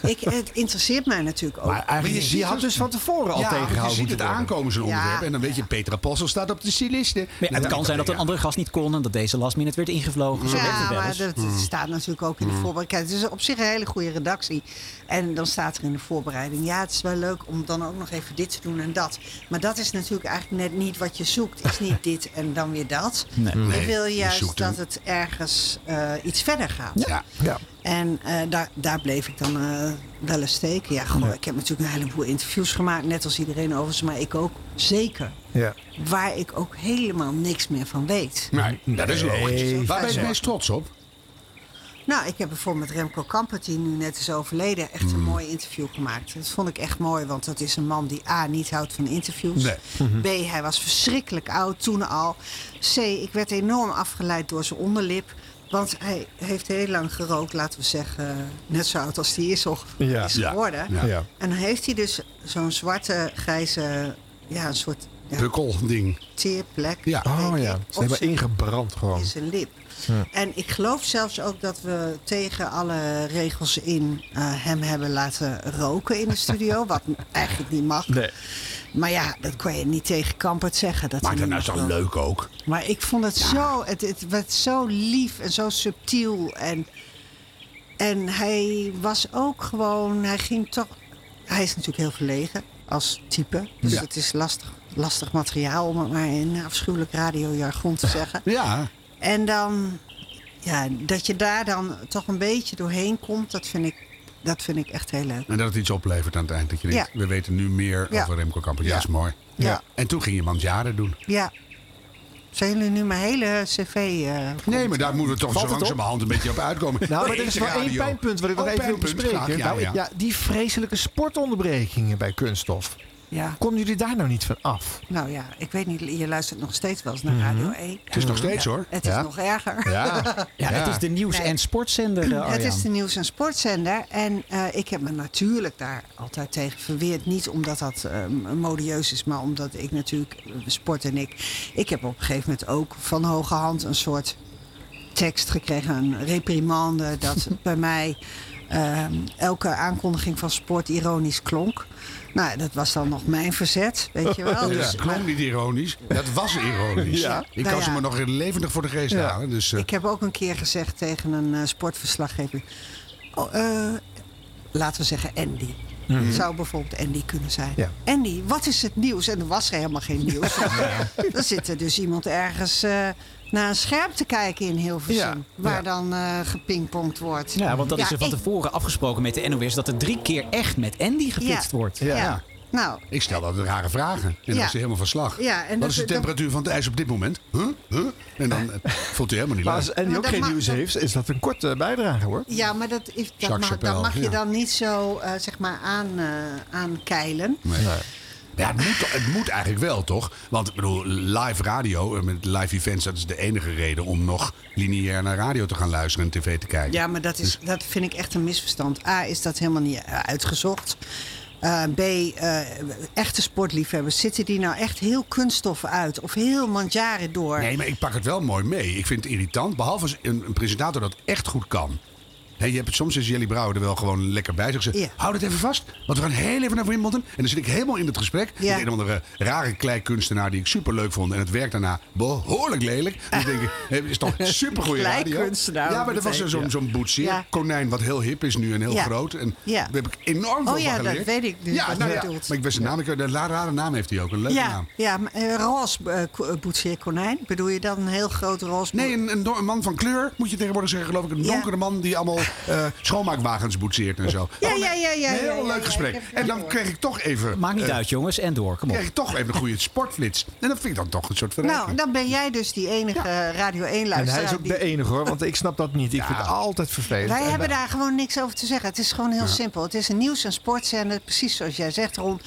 Speaker 7: Ik, het interesseert mij natuurlijk ook.
Speaker 3: Maar eigenlijk,
Speaker 2: je
Speaker 3: je,
Speaker 2: ziet
Speaker 3: had
Speaker 2: het-
Speaker 3: dus van tevoren al
Speaker 2: ja,
Speaker 3: tegengehouden
Speaker 2: Je ziet het
Speaker 3: moeten worden.
Speaker 2: aankomen, zo'n
Speaker 7: Ja.
Speaker 2: onderwerp. En dan weet je, Petra Possel staat op de stylisten.
Speaker 6: Maar ja, het kan zijn dat een andere gast niet kon en dat deze last minute werd ingevlogen. Zo werkt
Speaker 7: Ja,
Speaker 6: het wel
Speaker 7: maar
Speaker 6: eens. Hmm.
Speaker 7: dat, dat staat natuurlijk ook in de voorbereiding. Het is op zich een hele goede redactie. En dan staat er in de voorbereiding... ja, het is wel leuk om dan ook nog even dit te doen en dat. Maar dat is natuurlijk eigenlijk net niet wat je zoekt. Het is
Speaker 6: [laughs]
Speaker 7: niet dit en dan weer dat.
Speaker 6: Nee.
Speaker 2: Nee,
Speaker 7: je wil
Speaker 2: je
Speaker 7: juist
Speaker 2: zoekt
Speaker 7: dat
Speaker 2: een-
Speaker 7: het ergens eh, iets verder gaat.
Speaker 2: Ja.
Speaker 3: Ja.
Speaker 7: En eh, daar, daar bleef ik dan eh, wel eens steken. Ja, goh, ik heb natuurlijk een heleboel interviews gemaakt. Net als iedereen overigens, maar ik ook zeker.
Speaker 3: Ja.
Speaker 7: Waar ik ook helemaal niks meer van weet.
Speaker 2: Nee, dat is
Speaker 3: Nee.
Speaker 2: logisch. Waar ben je
Speaker 7: Nee.
Speaker 2: het meest trots op?
Speaker 7: Nou, ik heb bijvoorbeeld met Remco Kampert, die nu net is overleden, echt
Speaker 3: Mm.
Speaker 7: een mooi interview gemaakt. Dat vond ik echt mooi, want dat is een man die A. niet houdt van interviews. Mm-hmm.
Speaker 2: Nee.
Speaker 3: Mhm.
Speaker 7: B. Hij was verschrikkelijk oud toen al. C. Ik werd enorm afgeleid door zijn onderlip. Want hij heeft heel lang gerookt, laten we zeggen, net zo oud als hij is, of
Speaker 3: Ja.
Speaker 7: is
Speaker 2: Ja.
Speaker 7: geworden.
Speaker 2: Ja.
Speaker 3: Ja.
Speaker 7: En dan heeft hij dus zo'n zwarte, grijze, ja, een soort ja,
Speaker 2: Bukkelding.
Speaker 7: teerplek.
Speaker 2: Ja.
Speaker 7: denk
Speaker 3: Oh
Speaker 7: ik,
Speaker 3: ja, ze
Speaker 7: op
Speaker 3: hebben
Speaker 7: zijn-
Speaker 3: ingebrand gewoon.
Speaker 7: in zijn lip. En ik geloof zelfs ook dat we tegen alle regels in eh, hem hebben laten roken in de studio. [laughs] wat eigenlijk niet mag.
Speaker 3: Nee.
Speaker 7: Maar ja, dat kon je niet tegen Kampert zeggen. Dat
Speaker 2: Maar
Speaker 7: hij
Speaker 2: dat
Speaker 7: niet
Speaker 2: nou is
Speaker 7: mag
Speaker 2: toch
Speaker 7: roken.
Speaker 2: leuk ook?
Speaker 7: Maar ik vond het zo, het, het werd zo lief en zo subtiel. En, en hij was ook gewoon, hij ging toch, hij is natuurlijk heel verlegen als type. Dus
Speaker 2: Ja.
Speaker 7: het is lastig, lastig materiaal om het maar in afschuwelijk radiojargon te zeggen.
Speaker 2: Ja.
Speaker 7: En dan, ja, dat je daar dan toch een beetje doorheen komt, dat vind ik, dat vind ik echt heel leuk.
Speaker 2: En dat het iets oplevert aan het eind. Dat je denkt,
Speaker 7: Ja.
Speaker 2: we weten nu meer
Speaker 7: Ja.
Speaker 2: over Remco Kampert. Ja,
Speaker 7: Ja.
Speaker 2: is mooi.
Speaker 7: Ja.
Speaker 2: En toen ging je Mandjaren doen.
Speaker 7: Ja. Zijn jullie nu mijn hele cv? eh,
Speaker 2: Nee, maar daar moeten we toch
Speaker 3: Valt
Speaker 2: zo
Speaker 3: het op?
Speaker 2: langzamerhand een beetje op uitkomen.
Speaker 3: Nou, maar er is
Speaker 2: Deze
Speaker 3: wel één
Speaker 2: radio.
Speaker 3: pijnpunt wat ik nog
Speaker 2: Oh,
Speaker 3: even wil
Speaker 2: pijnpunt.
Speaker 3: bespreken.
Speaker 2: Graag, ja,
Speaker 3: nou,
Speaker 2: ja.
Speaker 3: ik- ja, die vreselijke sportonderbrekingen bij kunststof.
Speaker 7: ja.
Speaker 3: Konden jullie daar nou niet van af?
Speaker 7: Nou ja, ik weet niet, je luistert nog steeds wel eens naar Radio 1.
Speaker 2: Mhm. Het is nog steeds hoor.
Speaker 7: Het is
Speaker 2: Ja.
Speaker 7: nog erger.
Speaker 3: [laughs] Ja.
Speaker 6: Ja, het is de nieuws- en sportzender, eh,
Speaker 7: [clears throat]
Speaker 6: Arjan.
Speaker 7: Het is de nieuws- en sportzender. En eh, ik heb me natuurlijk daar altijd tegen verweerd. Niet omdat dat eh, modieus is, maar omdat ik natuurlijk eh, sport en ik. Ik heb op een gegeven moment ook van hoge hand een soort tekst gekregen, een reprimande. Dat bij mij ehm, elke aankondiging van sport ironisch klonk. Nou, dat was dan nog mijn verzet, weet je wel.
Speaker 2: Ja,
Speaker 7: Dus,
Speaker 2: het klonk niet ironisch. Dat was ironisch.
Speaker 3: Ja.
Speaker 2: Ik
Speaker 7: Nou
Speaker 2: kan ze
Speaker 7: ja.
Speaker 2: me nog levendig voor de geest
Speaker 3: Ja.
Speaker 2: halen. Dus, eh,
Speaker 7: Ik heb ook een keer gezegd tegen een eh, sportverslaggever. oh, eh, laten we zeggen Andy.
Speaker 6: Mhm.
Speaker 7: Zou bijvoorbeeld Andy kunnen zijn.
Speaker 3: Ja.
Speaker 7: Andy, wat is het nieuws? En er was helemaal geen
Speaker 6: [laughs]
Speaker 7: nieuws. Dan zit er dus iemand ergens eh, naar een scherm te kijken in Hilversum.
Speaker 3: Ja,
Speaker 7: Waar
Speaker 3: ja.
Speaker 7: dan eh gepingpongd wordt.
Speaker 6: Ja, want dat is er van
Speaker 7: ik-
Speaker 6: tevoren afgesproken met de NOS dat er drie keer echt met Andy gepitst
Speaker 7: Ja.
Speaker 6: wordt.
Speaker 7: Ja.
Speaker 2: Ja.
Speaker 7: Nou,
Speaker 2: ik stel altijd rare vragen. En dan
Speaker 7: Ja.
Speaker 2: is ze helemaal van slag.
Speaker 7: Ja, en
Speaker 2: Wat
Speaker 7: dat-
Speaker 2: is de
Speaker 7: dat-
Speaker 2: temperatuur van het ijs op dit moment? Huh? Huh? En dan eh, voelt hij helemaal niet
Speaker 3: Maar
Speaker 2: leuk.
Speaker 3: als Andy
Speaker 7: Maar
Speaker 3: ook
Speaker 7: dat
Speaker 3: geen
Speaker 7: ma-
Speaker 3: nieuws
Speaker 7: dat-
Speaker 3: heeft, is dat een korte bijdrage hoor.
Speaker 7: ja, maar dat, is, dat
Speaker 2: Jacques
Speaker 7: mag,
Speaker 2: Chappelle,
Speaker 7: dat mag je
Speaker 2: ja.
Speaker 7: dan niet zo eh, zeg maar aan, eh, aankeilen.
Speaker 2: Nee. Ja, het, moet, toch- het moet eigenlijk wel, toch? Want ik bedoel, live radio, eh, met live events, dat is de enige reden om nog lineair naar radio te gaan luisteren en tv te kijken.
Speaker 7: Ja, maar dat, is, dat vind ik echt een misverstand. A, is dat helemaal niet eh, uitgezocht. Eh, B, eh, echte sportliefhebbers, zitten die nou echt heel kunststof uit of heel mandjaren door?
Speaker 2: Nee, maar ik pak het wel mooi mee. Ik vind het irritant, behalve als een, een presentator dat echt goed kan. Hé, je hebt het, soms is Jelly Brouwer er wel gewoon lekker bij. Zeg ze,
Speaker 7: Ja.
Speaker 2: hou dit even vast, want we gaan heel even naar Wimbledon. En dan zit ik helemaal in het gesprek
Speaker 7: Ja.
Speaker 2: met een of andere rare kleikunstenaar die ik super leuk vond. En het werkt daarna behoorlijk lelijk. Dus denk [laughs] ik, hé, is
Speaker 7: [laughs]
Speaker 2: toch super goede radio.
Speaker 7: Kleikunstenaar,
Speaker 2: Ja, maar dat was zo'n
Speaker 7: meteen,
Speaker 2: zo'n boetseerkonijn konijn wat heel hip is nu en heel
Speaker 7: Ja.
Speaker 2: groot. En
Speaker 7: Ja.
Speaker 2: daar heb ik enorm veel
Speaker 7: Oh ja,
Speaker 2: van
Speaker 7: dat
Speaker 2: geleerd.
Speaker 7: weet ik nu,
Speaker 2: Ja,
Speaker 7: wat
Speaker 2: nou
Speaker 7: je
Speaker 2: ja,
Speaker 7: bedoelt.
Speaker 2: maar ik ben zijn naam, ik, de rare naam heeft hij ook, een leuke
Speaker 7: ja,
Speaker 2: naam.
Speaker 7: ja, maar, eh, roze eh, ko- eh, boetseerkonijn. Bedoel je dan een heel groot roze
Speaker 2: Nee, een, een, do- een man van kleur moet je tegenwoordig zeggen, geloof ik. Een
Speaker 7: Ja.
Speaker 2: donkere man die allemaal eh, schoonmaakwagens boetseert en zo.
Speaker 7: Ja,
Speaker 2: Oh, nee,
Speaker 7: ja, ja, ja,
Speaker 2: Een
Speaker 7: ja,
Speaker 2: heel
Speaker 7: ja,
Speaker 2: leuk
Speaker 7: ja,
Speaker 2: gesprek.
Speaker 7: ik heb het
Speaker 2: en dan
Speaker 7: gehoord.
Speaker 2: kreeg ik toch even,
Speaker 6: Maakt niet
Speaker 3: Eh.
Speaker 6: uit, jongens. En door, kom op.
Speaker 2: kreeg ik toch even een goede sportflits. En dat vind ik dan toch een soort verrijking.
Speaker 7: Nou, dan ben jij dus die enige Radio 1
Speaker 3: En hij
Speaker 7: luisteraar.
Speaker 3: is ook
Speaker 7: die-
Speaker 3: de enige hoor, want ik snap dat niet. Ik vind het altijd vervelend.
Speaker 7: Wij
Speaker 3: En,
Speaker 7: hebben
Speaker 3: eh,
Speaker 7: daar gewoon niks over te zeggen. Het is gewoon heel simpel. Het is een nieuws- en sportzender, precies zoals jij zegt, Ron.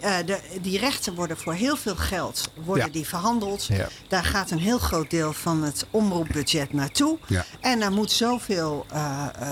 Speaker 7: Eh, de, die rechten worden voor heel veel geld worden
Speaker 2: Ja.
Speaker 7: die verhandeld.
Speaker 3: Ja.
Speaker 7: Daar gaat een heel groot deel van het omroepbudget naartoe.
Speaker 2: Ja.
Speaker 7: En daar moet zoveel eh, eh,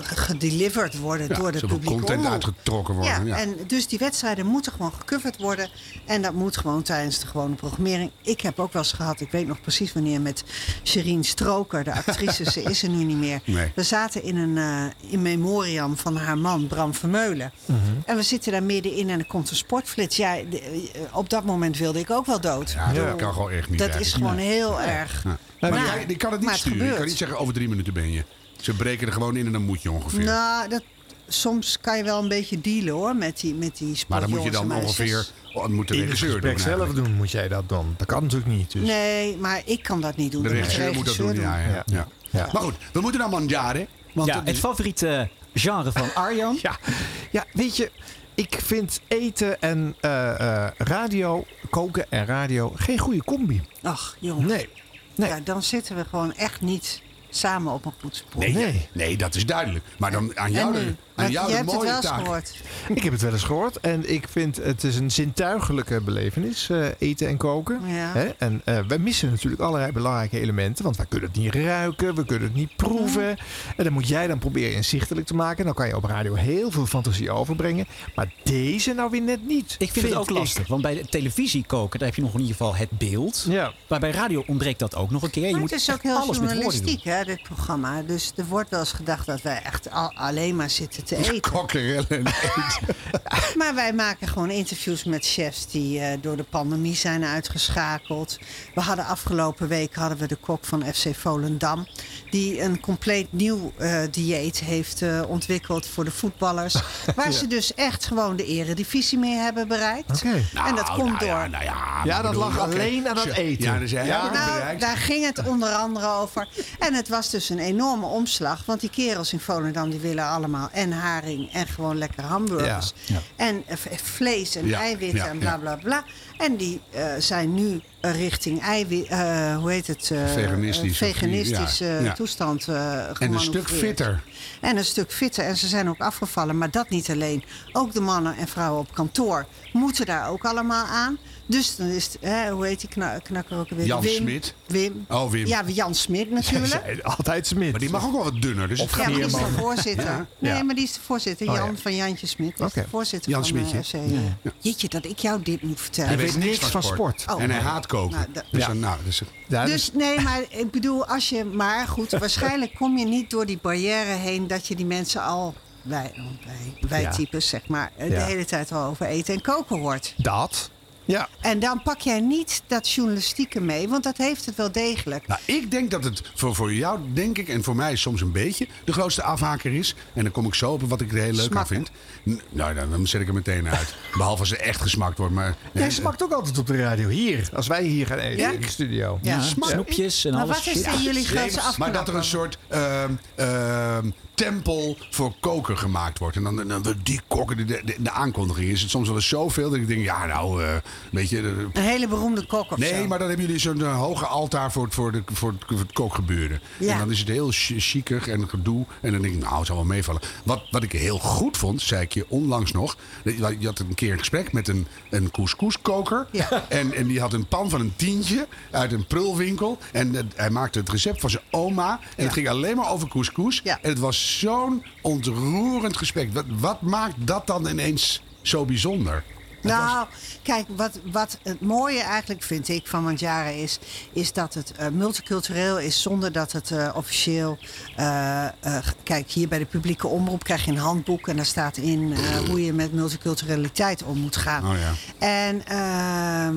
Speaker 7: gedeliverd worden
Speaker 2: Ja,
Speaker 7: door de
Speaker 2: zoveel
Speaker 7: publieke
Speaker 2: content
Speaker 7: omroep.
Speaker 2: uitgetrokken worden. Ja,
Speaker 7: Ja, en dus die wedstrijden moeten gewoon gecoverd worden. En dat moet gewoon tijdens de gewone programmering. Ik heb ook wel eens gehad, ik weet nog precies wanneer, met Sherine Stroker, de actrice. ze is er nu niet meer.
Speaker 2: Nee.
Speaker 7: We zaten in een eh, in memoriam van haar man, Bram Vermeulen.
Speaker 2: Mhm.
Speaker 7: En we zitten daar middenin en er komt een sportflits. Ja, de- eh, op dat moment wilde ik ook wel dood.
Speaker 2: Ja, dat kan gewoon echt niet.
Speaker 7: Dat
Speaker 2: eigenlijk.
Speaker 7: is gewoon heel erg.
Speaker 2: Maar
Speaker 7: Nou,
Speaker 2: jij- ik kan het niet
Speaker 7: maar
Speaker 2: sturen. Ik kan
Speaker 7: gebeurt.
Speaker 2: niet zeggen, over drie minuten ben je. Ze breken er gewoon in en dan moet je ongeveer.
Speaker 7: Nou, dat, soms kan je wel een beetje dealen hoor, met die, met die
Speaker 2: maar dan moet je
Speaker 7: sportjongens en
Speaker 2: dan
Speaker 7: meisjes.
Speaker 2: ongeveer... Oh, dan moet de
Speaker 3: in het
Speaker 2: regisseur doen
Speaker 3: gesprek
Speaker 2: eigenlijk.
Speaker 3: zelf doen moet jij dat dan. Dat kan natuurlijk niet. Dus.
Speaker 7: Nee, maar ik kan dat niet doen.
Speaker 2: De
Speaker 7: Dat moet
Speaker 2: regisseur moet dat doen, ja, ja.
Speaker 3: Ja.
Speaker 2: ja.
Speaker 3: Ja.
Speaker 2: Maar goed, we moeten naar Mandjaren. Want
Speaker 6: ja,
Speaker 2: dat
Speaker 6: het
Speaker 2: is-
Speaker 6: favoriete genre van Arjan.
Speaker 3: Ja. ja, weet je, ik vind eten en eh, eh, radio, koken en radio geen goede combi.
Speaker 7: Ach, jongen.
Speaker 3: Nee. Nee.
Speaker 7: Ja, dan zitten we gewoon echt niet samen op een goed spoor.
Speaker 2: Nee,
Speaker 3: Nee.
Speaker 2: nee, dat is duidelijk. Maar dan aan jou, de- aan
Speaker 7: Want
Speaker 2: jou
Speaker 7: je
Speaker 2: de
Speaker 7: hebt het
Speaker 2: mooie
Speaker 7: wel eens
Speaker 2: taak.
Speaker 7: gehoord.
Speaker 3: Ik heb het wel eens gehoord en ik vind het is een zintuigelijke belevenis, eh, eten en koken.
Speaker 7: Ja.
Speaker 3: Hè? En eh wij missen natuurlijk allerlei belangrijke elementen, want wij kunnen het niet ruiken, we kunnen het niet proeven. En dan moet jij dan proberen inzichtelijk te maken. Dan kan je op radio heel veel fantasie overbrengen, maar deze nou weer net niet.
Speaker 6: Ik vind, het ook lastig, want bij de televisie koken, daar heb je nog in ieder geval het beeld.
Speaker 3: Ja.
Speaker 6: Maar bij radio ontbreekt dat ook nog een keer. Je
Speaker 7: Maar
Speaker 6: moet
Speaker 7: het is
Speaker 6: echt
Speaker 7: ook heel
Speaker 6: alles met woorden doen.
Speaker 7: journalistiek, hè, dit programma. Dus er wordt wel eens gedacht dat wij echt al- alleen maar zitten te eten. [laughs]
Speaker 2: Kokkerellen.
Speaker 7: Maar wij maken gewoon interviews met chefs die eh, door de pandemie zijn uitgeschakeld. We hadden afgelopen week hadden we de kok van FC Volendam. Die een compleet nieuw eh, dieet heeft eh, ontwikkeld voor de voetballers. Waar ze dus echt gewoon de eredivisie mee hebben bereikt.
Speaker 3: Oké.
Speaker 7: en dat
Speaker 2: Nou,
Speaker 7: komt
Speaker 2: nou
Speaker 7: door.
Speaker 2: ja, nou ja,
Speaker 3: Ja,
Speaker 2: maar bedoel,
Speaker 3: dat
Speaker 2: eh,
Speaker 3: lag
Speaker 2: oké,
Speaker 3: alleen aan dat
Speaker 2: ze-
Speaker 3: eten.
Speaker 2: Ja, dus ze
Speaker 3: Ja.
Speaker 2: hebben het
Speaker 7: Nou,
Speaker 2: bereikt.
Speaker 7: daar ging het onder andere over. En het was dus een enorme omslag. Want die kerels in Volendam die willen allemaal en haring en gewoon lekker hamburgers.
Speaker 6: Ja.
Speaker 7: En eh, v- vlees en
Speaker 2: Ja,
Speaker 7: eiwitten
Speaker 2: ja,
Speaker 7: en bla
Speaker 2: ja.
Speaker 7: bla bla. En die eh, zijn nu eh, richting eiwit, eh, hoe heet het? eh,
Speaker 2: Veganistisch of
Speaker 7: eh, veganistische
Speaker 2: niet, ja.
Speaker 7: eh,
Speaker 2: Ja.
Speaker 7: toestand eh
Speaker 2: En een
Speaker 7: gemanoeuvreerd.
Speaker 2: stuk fitter.
Speaker 7: En een stuk fitter. En ze zijn ook afgevallen. Maar dat niet alleen. Ook de mannen en vrouwen op kantoor moeten daar ook allemaal aan. Dus dan is het, hè, hoe heet die kna- knakker ook weer?
Speaker 2: Jan
Speaker 7: Wim.
Speaker 2: Smit.
Speaker 7: Wim.
Speaker 2: Oh, Wim.
Speaker 7: Ja, Jan Smit natuurlijk.
Speaker 3: Zij- Altijd Smit.
Speaker 2: Maar die mag ook wel wat dunner. Dus het
Speaker 7: Ja, maar
Speaker 2: gaat
Speaker 7: die is
Speaker 2: niet
Speaker 7: de
Speaker 2: helemaal-
Speaker 7: voorzitter. Nee,
Speaker 3: Ja.
Speaker 7: maar die is de voorzitter.
Speaker 3: Oh,
Speaker 7: Jan
Speaker 3: ja.
Speaker 7: van Jantje Smit. Die is
Speaker 3: Oké.
Speaker 7: de voorzitter
Speaker 2: Jan
Speaker 7: van
Speaker 2: Smitje.
Speaker 7: eh, FC. Jeetje, dat ik jou dit moet
Speaker 2: Hij
Speaker 7: vertellen.
Speaker 2: weet niks
Speaker 3: niks
Speaker 2: van
Speaker 3: van
Speaker 2: sport.
Speaker 3: sport.
Speaker 7: Oh.
Speaker 2: En hij haat koken.
Speaker 7: Nou, dat-
Speaker 2: dus
Speaker 3: Ja.
Speaker 2: dan, nou, dus,
Speaker 3: Ja, dus-
Speaker 7: Dus nee, maar ik bedoel, als je maar goed,
Speaker 6: [laughs]
Speaker 7: waarschijnlijk kom je niet door die barrière heen dat je die mensen al, wij, wij, wij
Speaker 3: Ja.
Speaker 7: types zeg maar, eh, de
Speaker 3: Ja.
Speaker 7: hele tijd al over eten en koken hoort.
Speaker 3: dat. Ja.
Speaker 7: En dan pak jij niet dat journalistieke mee, want dat heeft het wel degelijk.
Speaker 2: nou, ik denk dat het voor, voor jou, denk ik, en voor mij soms een beetje de grootste afhaker is. En dan kom ik zo op wat ik er heel leuk aan
Speaker 7: Smakken.
Speaker 2: vind. N- Nou, dan, dan zet ik er meteen uit. Behalve als er echt gesmakt wordt. Maar,
Speaker 3: Jij smakt ook altijd op de radio. Hier, als wij hier gaan eten
Speaker 7: Ja?
Speaker 3: in de studio.
Speaker 6: Ja,
Speaker 2: smaak.
Speaker 6: snoepjes en
Speaker 7: Maar
Speaker 6: alles.
Speaker 7: wat is dan jullie grootste
Speaker 2: Nee, maar dat er een
Speaker 7: afknapper?
Speaker 2: soort ehm, ehm, tempel voor koken gemaakt wordt. En dan, dan, dan die kokken, de, de, de aankondiging is het soms wel eens zoveel dat ik denk, ja nou, eh, weet je... eh,
Speaker 7: Een hele beroemde kok of zo.
Speaker 2: Nee, maar dan hebben jullie zo'n eh, hoge altaar voor het, voor, de, voor het, voor het kookgebeuren.
Speaker 7: Ja.
Speaker 2: En dan is het heel chi- chiquer en gedoe. En dan denk ik, nou, het zal wel meevallen. Wat, wat ik heel goed vond, zei ik je onlangs nog. Je had een keer een gesprek met een, een couscouskoker.
Speaker 7: Ja.
Speaker 2: En, en die had een pan van een tientje uit een prulwinkel. En eh, hij maakte het recept van zijn oma. En het ging alleen maar over couscous.
Speaker 7: Ja.
Speaker 2: En het was zo'n ontroerend gesprek. Wat, wat maakt dat dan ineens zo bijzonder?
Speaker 7: Nou, kijk, wat, wat het mooie eigenlijk vind ik van Mandjara is... is dat het eh, multicultureel is zonder dat het eh, officieel... eh, eh, g- kijk, hier bij de publieke omroep krijg je een handboek... en daar staat in eh, hoe je met multiculturaliteit om moet gaan.
Speaker 2: Oh ja.
Speaker 7: En ehm,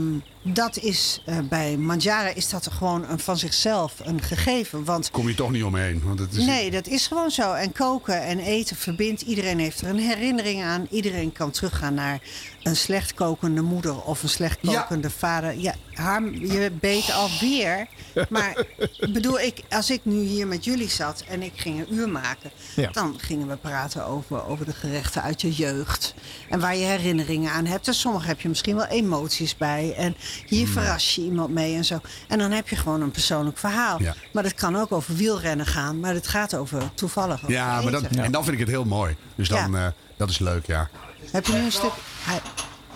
Speaker 7: dat is eh, bij Mandjara is dat gewoon een, van zichzelf een gegeven. Want
Speaker 2: Kom je toch niet omheen? Want het is
Speaker 7: Nee, dat is gewoon zo. En koken en eten verbindt. Iedereen heeft er een herinnering aan. Iedereen kan teruggaan naar een slecht kokende moeder of een slecht
Speaker 2: Ja.
Speaker 7: kokende vader. Ja, Harm, je beet alweer. Maar ik bedoel, ik, als ik nu hier met jullie zat en ik ging een uur maken,
Speaker 3: Ja.
Speaker 7: dan gingen we praten over, over de gerechten uit je jeugd. En waar je herinneringen aan hebt. En sommige heb je misschien wel emoties bij. En hier verras je iemand mee en zo. En dan heb je gewoon een persoonlijk verhaal.
Speaker 2: Ja.
Speaker 7: Maar dat kan ook over wielrennen gaan. Maar het gaat over toevallig. over
Speaker 2: Ja, maar dat,
Speaker 7: eten.
Speaker 2: en dan vind ik het heel mooi. Dus dan,
Speaker 7: Ja.
Speaker 2: eh, dat is leuk, ja.
Speaker 7: Heb je nu een stuk... Hij-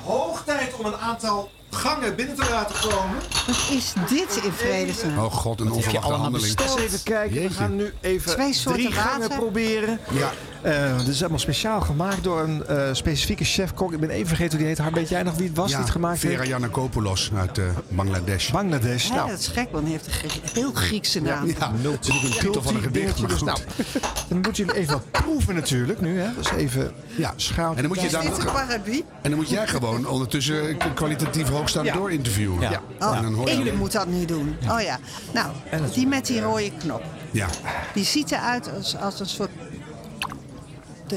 Speaker 3: Hoog tijd om een aantal gangen binnen te laten komen.
Speaker 7: Wat is dit in vredesnaam?
Speaker 2: Oh god, een onverwachte
Speaker 6: allemaal
Speaker 2: handeling.
Speaker 3: Eens even kijken.
Speaker 2: Jeetje.
Speaker 3: We gaan nu even
Speaker 7: Twee soorten
Speaker 3: drie gangen
Speaker 7: water.
Speaker 3: proberen.
Speaker 2: Ja.
Speaker 3: Eh, dit is allemaal speciaal gemaakt door een eh, specifieke chef-kok. Ik ben even vergeten hoe die heet. Har, weet jij nog wie het was die het gemaakt
Speaker 2: Vera
Speaker 3: heeft?
Speaker 2: Yannakopoulos uit eh, Bangladesh.
Speaker 3: Bangladesh.
Speaker 7: Hè,
Speaker 3: nou,
Speaker 7: dat is gek, want hij heeft een Grie- heel Griekse naam.
Speaker 2: Ja, dat is ook een titel van een gedicht,
Speaker 3: multi-dingetje.
Speaker 2: maar
Speaker 3: Dus
Speaker 2: goed.
Speaker 3: nou, [laughs] dan moeten jullie even wat proeven natuurlijk nu. Hè? Dus even
Speaker 2: Ja.
Speaker 3: ja. schaaltje.
Speaker 2: En dan moet je
Speaker 7: Is
Speaker 2: dan-
Speaker 7: dit een paradie?
Speaker 2: En dan moet jij gewoon ondertussen eh, kwalitatief hoogstaand
Speaker 3: Ja.
Speaker 2: door interviewen.
Speaker 6: Ja.
Speaker 7: Oh,
Speaker 2: En dan hoor je...
Speaker 7: Elim moet dat nu doen. Oh ja. Nou, die met die rode knop.
Speaker 2: Ja.
Speaker 7: Die ziet eruit als, als een soort...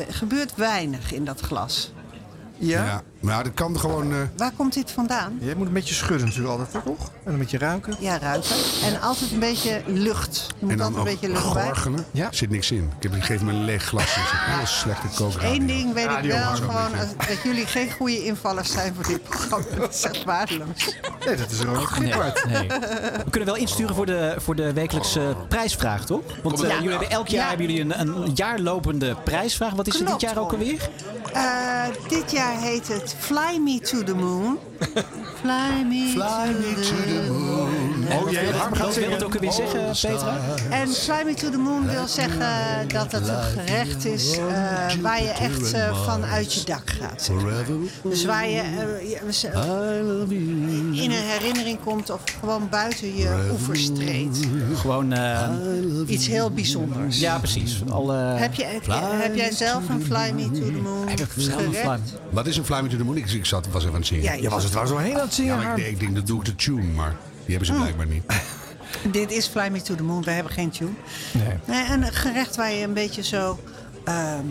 Speaker 7: Er gebeurt weinig in dat glas.
Speaker 3: Ja?
Speaker 2: Ja. Maar dat kan gewoon... eh,
Speaker 7: Waar komt dit vandaan?
Speaker 3: Je moet een beetje schudden natuurlijk altijd, toch? En een beetje ruiken.
Speaker 7: Ja, ruiken. En altijd een beetje lucht. Er moet
Speaker 2: en dan
Speaker 7: altijd
Speaker 2: ook
Speaker 7: een beetje lucht bij.
Speaker 2: gorgelen.
Speaker 3: Ja.
Speaker 2: Zit niks in. Ik heb gegeven me een leeg glas. Dat is een heel slechte kookradio.
Speaker 7: Eén ding weet ik
Speaker 3: Radio
Speaker 7: wel,
Speaker 3: hangt ook
Speaker 7: gewoon
Speaker 2: een
Speaker 7: als- dat jullie geen goede invallers zijn voor dit [laughs] programma. Dat is echt waardeloos.
Speaker 3: Nee, dat is er ook geen
Speaker 6: Nee,
Speaker 3: kwart.
Speaker 6: nee. We kunnen wel insturen voor de, voor de wekelijkse prijsvraag, toch? Want eh,
Speaker 7: Ja.
Speaker 6: jullie hebben elk jaar
Speaker 7: Ja.
Speaker 6: hebben jullie een, een jaarlopende prijsvraag. Wat is het dit
Speaker 7: Klopt,
Speaker 6: jaar ook
Speaker 7: hoor.
Speaker 6: alweer?
Speaker 7: Eh, dit jaar heet het Fly Me to the Moon. Fly Me to the
Speaker 3: Oh jee, arm
Speaker 6: Wat
Speaker 3: gaat
Speaker 6: wil
Speaker 3: Oh,
Speaker 6: het
Speaker 3: zingen.
Speaker 6: ook alweer zeggen, Petra?
Speaker 7: En Fly Me to the Moon wil zeggen dat het een gerecht is eh, waar je echt eh, vanuit je dak gaat. zeg maar. Dus waar je eh, je- ze- in een herinnering komt of gewoon buiten je oevers treedt.
Speaker 6: Gewoon, eh,
Speaker 3: Ah.
Speaker 7: Iets heel bijzonders.
Speaker 6: ja precies. Al, eh,
Speaker 7: Heb, je, heb, je- heb jij zelf een Fly Me to the Moon
Speaker 6: Heb ik zelf een
Speaker 7: gerecht?
Speaker 6: fly me-
Speaker 2: Wat is een Fly Me to the Moon? Ik, ik zat, was even aan het zingen.
Speaker 7: Ja,
Speaker 2: Ja,
Speaker 7: je
Speaker 3: Je was het waar zo heen aan het zingen,
Speaker 2: maar ik,
Speaker 3: Harm.
Speaker 2: denk, ik denk dat doe ik de tune, maar die hebben ze blijkbaar niet.
Speaker 7: Dit is Fly Me to the Moon, we hebben geen tune.
Speaker 3: Nee.
Speaker 7: Nee, een gerecht waar je een beetje zo. ehm,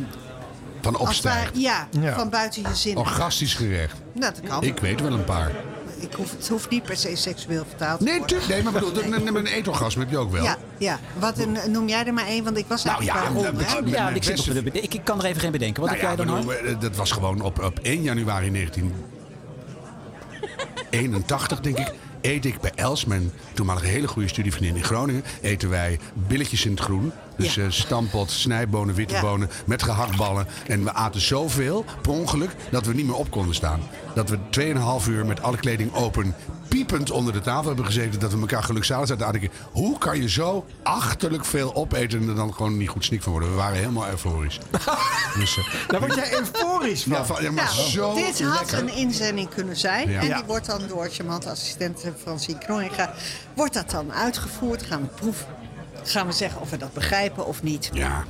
Speaker 2: Van
Speaker 7: als het ware-
Speaker 2: opstijgen.
Speaker 7: ja,
Speaker 3: Ja.
Speaker 7: van buiten je zin.
Speaker 2: Orgastisch gerecht.
Speaker 7: Nou, dat kan.
Speaker 2: Ik weet wel een paar.
Speaker 7: Ik hoef, het hoeft niet per se seksueel vertaald te
Speaker 2: Nee,
Speaker 7: worden.
Speaker 2: tuurlijk. Nee, maar bedoel, dat- nee, maar een eetorgasme heb je ook wel.
Speaker 7: Ja, ja. Wat een, noem jij er maar één, want ik was
Speaker 2: Nou ja, dat
Speaker 7: eigenlijk waarom. hè?
Speaker 2: betekent-
Speaker 6: ja,
Speaker 2: mijn
Speaker 6: ik, zit nog
Speaker 2: beste-
Speaker 6: te bede- ik, ik kan er even geen bedenken. Wat
Speaker 2: Nou
Speaker 6: heb
Speaker 2: ja,
Speaker 6: jij dan?
Speaker 2: bedoel,
Speaker 6: Harm?
Speaker 2: eh, dat was gewoon op, op 1 januari 1981, denk ik. Eet ik bij Els, mijn toenmalige hele goede studievriendin in Groningen, eten wij billetjes in het groen. Dus
Speaker 7: Ja.
Speaker 2: eh, stampot, snijbonen, witte
Speaker 7: Ja.
Speaker 2: bonen met gehaktballen. En we aten zoveel, per ongeluk, dat we niet meer op konden staan. Dat we 2,5 uur met alle kleding open, piepend onder de tafel hebben gezeten. Dat we elkaar gelukzalig zaten aan te kijken. Hoe kan je zo achterlijk veel opeten en er dan gewoon niet goed snik van worden? We waren helemaal
Speaker 7: [laughs]
Speaker 2: euforisch. dus, eh,
Speaker 3: Daar word Nou, jij euforisch van.
Speaker 2: ja, van- ja, maar
Speaker 7: Nou,
Speaker 2: zo
Speaker 7: dit had
Speaker 2: lekker.
Speaker 7: een inzending kunnen zijn.
Speaker 2: Ja.
Speaker 7: En
Speaker 3: Ja.
Speaker 7: die wordt dan door charmante assistent Francine Kroninga... wordt dat dan uitgevoerd, gaan we proeven. Gaan we zeggen of we dat begrijpen of niet.
Speaker 2: Ja.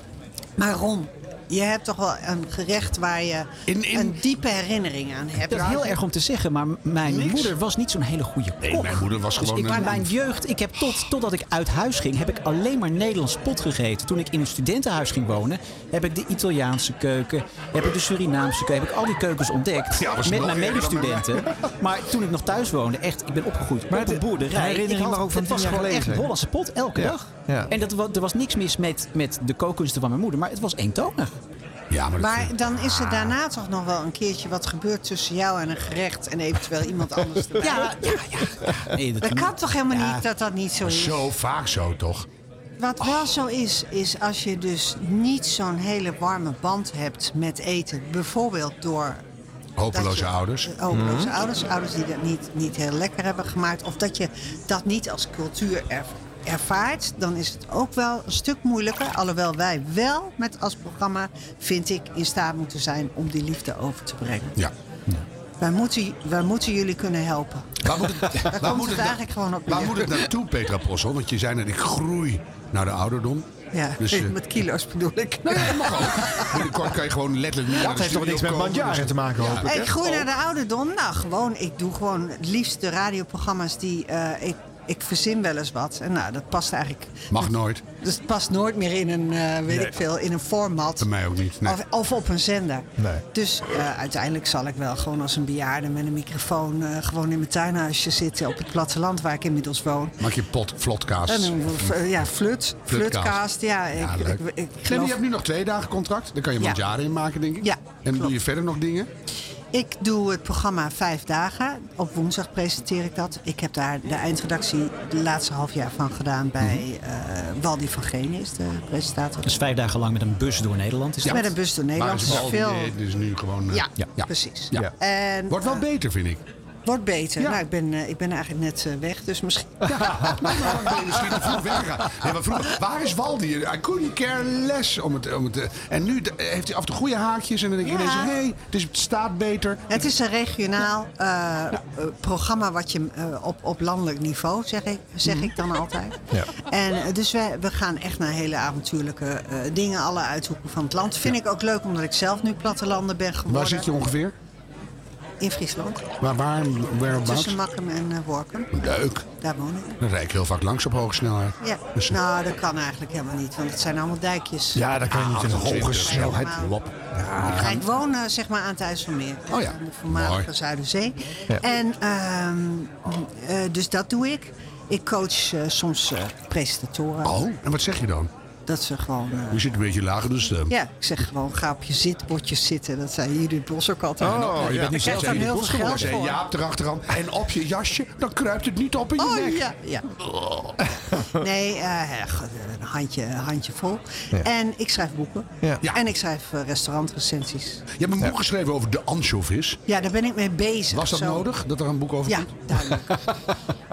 Speaker 7: Maar Ron, je hebt toch wel een gerecht waar je
Speaker 2: In- in-
Speaker 7: een diepe herinnering aan hebt.
Speaker 6: Dat is heel erg om te zeggen, maar m- mijn
Speaker 2: Niks.
Speaker 6: moeder was niet zo'n hele goede kok.
Speaker 2: Nee, mijn moeder was
Speaker 6: Dus
Speaker 2: gewoon
Speaker 6: ik,
Speaker 2: een-
Speaker 6: mijn jeugd, ik heb tot, totdat ik uit huis ging, heb ik alleen maar Nederlands pot gegeten. Toen ik in een studentenhuis ging wonen, heb ik de Italiaanse keuken, heb ik de Surinaamse keuken, heb ik al die keukens ontdekt.
Speaker 2: Ja, was
Speaker 6: met
Speaker 2: nog
Speaker 6: mijn
Speaker 2: erger dan
Speaker 6: medestudenten. Maar toen ik nog thuis woonde, echt, ik ben opgegroeid
Speaker 3: Maar
Speaker 6: op
Speaker 3: de
Speaker 6: een boerderij.
Speaker 3: herinnering
Speaker 6: Ik had-
Speaker 3: mag ook van
Speaker 6: het
Speaker 3: tien
Speaker 6: was
Speaker 3: jaar
Speaker 6: gewoon echt
Speaker 3: geleden zijn.
Speaker 6: Hollandse pot, elke
Speaker 3: Ja,
Speaker 6: dag.
Speaker 3: ja.
Speaker 6: En dat, wa- er was niks mis met, met de kookkunsten van mijn moeder, maar het was eentonig.
Speaker 2: Ja, maar, dat-
Speaker 7: Maar dan is er daarna toch nog wel een keertje wat gebeurd tussen jou en een gerecht... en eventueel iemand anders
Speaker 6: [laughs]
Speaker 7: erbij.
Speaker 6: Ja, ja, ja. ja. Nee,
Speaker 7: Dat kan toch helemaal
Speaker 6: Ja. Oh.
Speaker 7: niet dat dat niet zo is?
Speaker 2: zo vaak zo toch?
Speaker 7: Wat wel zo is, is als je dus niet zo'n hele warme band hebt met eten. Bijvoorbeeld door... dat
Speaker 2: Hopeloze
Speaker 7: je-
Speaker 2: ouders. Mhm.
Speaker 7: eh, Hopeloze ouders. Ouders die dat niet, niet heel lekker hebben gemaakt. Of dat je dat niet als cultuur er- ervaart. Dan is het ook wel een stuk moeilijker. Alhoewel wij wel met als programma, vind ik, in staat moeten zijn om die liefde over te brengen.
Speaker 2: Ja.
Speaker 7: Wij moeten, wij moeten jullie kunnen helpen.
Speaker 2: Waar moet
Speaker 7: [laughs]
Speaker 2: het, waar
Speaker 7: komt
Speaker 2: moet
Speaker 7: het
Speaker 2: na-
Speaker 7: eigenlijk gewoon op
Speaker 2: Waar
Speaker 7: neer.
Speaker 2: moet het naartoe, Petra Possel? Want je zei net, ik groei naar de ouderdom.
Speaker 7: Ja,
Speaker 2: [laughs] Dus,
Speaker 7: [laughs]
Speaker 2: eh,
Speaker 7: met kilo's bedoel
Speaker 2: [laughs]
Speaker 7: ik.
Speaker 2: Nee, dat mag ook. Binnenkort kan je gewoon letterlijk niet naar
Speaker 3: Dat
Speaker 2: de
Speaker 3: heeft toch
Speaker 2: studio
Speaker 3: niks met
Speaker 2: komen.
Speaker 3: Mandjaren te maken, hoop ik.
Speaker 7: Ik groei naar de ouderdom. Nou, gewoon, ik doe gewoon het liefst de radioprogramma's die eh, ik. Ik verzin wel eens wat. En nou, dat past eigenlijk.
Speaker 2: Mag nooit.
Speaker 7: Dus het past nooit meer in een, eh, weet ik veel, in een format.
Speaker 2: Bij mij ook niet. Nee.
Speaker 7: Of, of op een zender.
Speaker 3: Nee.
Speaker 7: Dus eh, uiteindelijk zal ik wel gewoon als een bejaarde met een microfoon. eh, gewoon in mijn tuinhuisje zitten op het platteland waar ik inmiddels woon.
Speaker 2: Maak je pot vlotkaas.
Speaker 7: En
Speaker 2: Clem,
Speaker 7: een, eh, ja, flut. Flutcast. Ja, ik,
Speaker 2: Ja,
Speaker 7: ik,
Speaker 2: leuk.
Speaker 7: ik,
Speaker 2: je
Speaker 7: geloof-
Speaker 2: hebt nu nog twee dagen contract. Daar kan je
Speaker 7: Ja.
Speaker 2: Mandjaren in maken, denk ik.
Speaker 7: Ja,
Speaker 2: En doe
Speaker 7: klopt.
Speaker 2: je verder nog dingen?
Speaker 7: Ik doe het programma Vijf Dagen. Op woensdag presenteer ik dat. Ik heb daar de eindredactie de laatste half jaar van gedaan bij
Speaker 2: Mhm.
Speaker 7: eh Waldi van Genen is de presentator.
Speaker 6: Dus vijf dagen lang met een bus door Nederland is dat?
Speaker 7: Met een bus door Nederland.
Speaker 2: maar
Speaker 7: Dus
Speaker 2: is
Speaker 7: veel...
Speaker 2: Dus nu gewoon... eh,
Speaker 7: ja, precies.
Speaker 2: Ja.
Speaker 7: En,
Speaker 2: Wordt wel
Speaker 7: eh,
Speaker 2: beter, vind ik.
Speaker 7: wordt beter.
Speaker 2: Ja.
Speaker 7: Nou, ik ben, eh, ik ben eigenlijk net eh, weg, dus misschien...
Speaker 2: Nou, maar dan ben je misschien te vroeg weggegaan. Nee, maar vroeger, waar is Waldi? I couldn't care less. Om het, om het, eh, en nu eh, heeft hij af en toe goede haakjes. En dan denk je
Speaker 7: Ja.
Speaker 2: ineens, hé, hey, het, is- het staat beter.
Speaker 7: Het is een regionaal eh, eh, programma wat je eh, op, op landelijk niveau, zeg ik, zeg ik dan altijd. En eh, dus we, we gaan echt naar hele avontuurlijke eh, dingen, alle uithoeken van het land. Vind ik ook leuk omdat ik zelf nu plattelander ben geworden.
Speaker 2: Waar zit je ongeveer?
Speaker 7: in Friesland.
Speaker 2: Maar waar,
Speaker 7: Tussen
Speaker 2: whereabouts?
Speaker 7: Makkum en eh Workum.
Speaker 2: Leuk.
Speaker 7: Daar woon ik.
Speaker 2: Dan rijd ik heel vaak langs op hoge snelheid.
Speaker 7: Ja.
Speaker 2: Dus-
Speaker 7: Nou, dat kan eigenlijk helemaal niet, want het zijn allemaal dijkjes.
Speaker 3: Ja, daar kan je niet in
Speaker 2: dat is
Speaker 3: hoge
Speaker 2: twintig.
Speaker 3: snelheid.
Speaker 7: Maar-
Speaker 2: Lop.
Speaker 7: Ja, ik woon eh, zeg maar aan het IJsselmeer. Dus
Speaker 2: Oh ja.
Speaker 7: Aan de voormalige
Speaker 2: Mooi.
Speaker 7: Zuiderzee.
Speaker 3: Ja.
Speaker 7: En ehm, eh, dus dat doe ik. Ik coach eh, soms eh, presentatoren.
Speaker 2: Oh, en wat zeg je dan?
Speaker 7: Dat ze gewoon... eh,
Speaker 2: Je zit een beetje lager dus stem.
Speaker 7: ja, ik zeg gewoon ga op je zitbordjes zitten. Dat zei Judith Bos ook altijd.
Speaker 3: Oh,
Speaker 2: Je
Speaker 3: ja.
Speaker 2: bent nu
Speaker 7: Ik krijg
Speaker 2: zelf
Speaker 7: daar
Speaker 2: in de
Speaker 7: heel
Speaker 2: bos
Speaker 7: veel
Speaker 2: geworden.
Speaker 7: geld
Speaker 2: Zei
Speaker 7: voor.
Speaker 2: Jaap erachteraan. En op je jasje, dan kruipt het niet op in je
Speaker 7: Oh
Speaker 2: nek.
Speaker 7: ja, ja.
Speaker 2: [laughs]
Speaker 7: Nee, eh, goed, een handje, een handje vol. En ik schrijf boeken.
Speaker 3: Ja.
Speaker 2: Ja.
Speaker 7: En ik schrijf eh, restaurantrecensies.
Speaker 2: Je hebt een boek geschreven over de anchovis.
Speaker 7: Ja, daar ben ik mee bezig.
Speaker 2: Was dat
Speaker 7: Zo.
Speaker 2: nodig, dat er een boek over
Speaker 7: Ja,
Speaker 2: komt?
Speaker 7: duidelijk.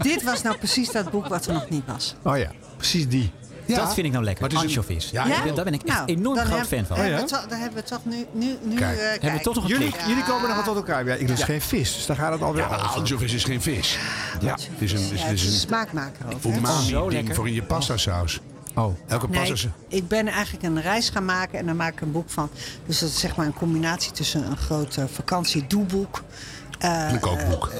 Speaker 7: Dit was nou precies dat boek wat er nog niet was.
Speaker 3: Oh ja, precies die.
Speaker 2: Ja.
Speaker 6: Dat vind ik nou lekker.
Speaker 2: Maar het is een-
Speaker 6: Anchovies.
Speaker 2: Ja,
Speaker 6: Ja,
Speaker 2: ja.
Speaker 6: Daar ben ik echt
Speaker 7: Nou,
Speaker 6: enorm
Speaker 7: dan
Speaker 6: groot
Speaker 7: heb-
Speaker 6: fan van.
Speaker 7: hebben we toch- dan hebben we toch nu... nu, nu
Speaker 2: Kijk.
Speaker 7: eh,
Speaker 2: Hebben
Speaker 6: we toch nog een
Speaker 3: Jullie,
Speaker 6: klik.
Speaker 7: Ja.
Speaker 3: jullie komen nog wat tot elkaar. Ja, ik dus geen vis, dus daar gaat het alweer
Speaker 2: Ja,
Speaker 3: over.
Speaker 2: anchovis is geen vis.
Speaker 3: Ja.
Speaker 2: Het is een, het is-
Speaker 7: Ja,
Speaker 2: het
Speaker 7: het is een
Speaker 2: is een
Speaker 7: smaakmaker ook. hè?
Speaker 6: Zo
Speaker 2: umami-ding
Speaker 6: lekker.
Speaker 2: voor in je pastasaus.
Speaker 3: Oh.
Speaker 2: Elke
Speaker 7: Nee,
Speaker 2: pastasaus...
Speaker 7: ik ben eigenlijk een reis gaan maken en daar maak ik een boek van. Dus dat is zeg maar een combinatie tussen een groot eh, vakantiedoeboek. Eh,
Speaker 2: Een kookboek.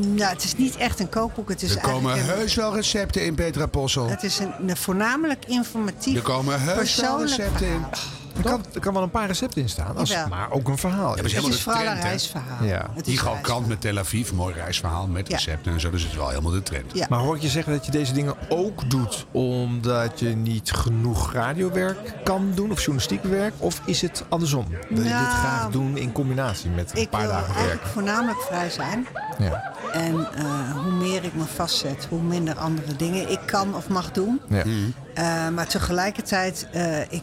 Speaker 7: nou, het is niet echt een kookboek. Het is
Speaker 2: Er komen
Speaker 7: eigenlijk een-
Speaker 2: heus wel recepten in, Petra Possel.
Speaker 7: Het is een, een voornamelijk informatief
Speaker 2: Er komen heus wel eh,
Speaker 7: persoonlijk Oh,
Speaker 2: recepten in.
Speaker 7: verhaal.
Speaker 3: Er kan, er kan wel een paar recepten in staan, als,
Speaker 7: Jawel.
Speaker 3: maar ook een verhaal.
Speaker 2: maar ze
Speaker 7: Het
Speaker 2: Helemaal
Speaker 7: is
Speaker 2: de
Speaker 7: vooral
Speaker 2: trend,
Speaker 7: een
Speaker 2: hè?
Speaker 7: reisverhaal.
Speaker 3: Ja.
Speaker 7: Het is
Speaker 2: Igo
Speaker 7: een
Speaker 2: Kant met Tel Aviv, mooi reisverhaal met
Speaker 7: Ja.
Speaker 2: recepten en zo. Dus het is wel helemaal de trend.
Speaker 7: Ja.
Speaker 3: Maar hoor ik je zeggen dat je deze dingen ook doet omdat je niet genoeg radiowerk kan doen of journalistiek werk? Of is het andersom? Wil je dit
Speaker 7: Nou,
Speaker 3: graag doen in combinatie met een
Speaker 7: Ik
Speaker 3: paar
Speaker 7: wil
Speaker 3: dagen
Speaker 7: eigenlijk
Speaker 3: werk?
Speaker 7: voornamelijk vrij zijn.
Speaker 3: Ja.
Speaker 7: En eh, hoe meer ik me vastzet, hoe minder andere dingen ik kan of mag doen.
Speaker 3: Ja.
Speaker 7: Eh, maar tegelijkertijd, eh, ik,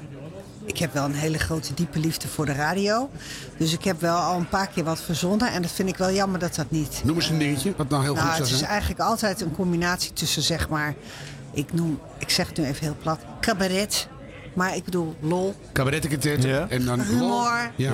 Speaker 7: ik heb wel een hele grote diepe liefde voor de radio. Dus ik heb wel al een paar keer wat verzonnen. En dat vind ik wel jammer dat dat niet.
Speaker 2: Noem eens een dingetje, wat nou heel
Speaker 7: Nou,
Speaker 2: goed zou
Speaker 7: het is
Speaker 2: zijn.
Speaker 7: eigenlijk altijd een combinatie tussen zeg maar, ik noem, ik zeg het nu even heel plat, cabaret. Maar ik bedoel lol,
Speaker 2: Cabarettenketet
Speaker 3: Ja.
Speaker 2: en dan...
Speaker 7: humor,
Speaker 2: Ja.
Speaker 3: Ja.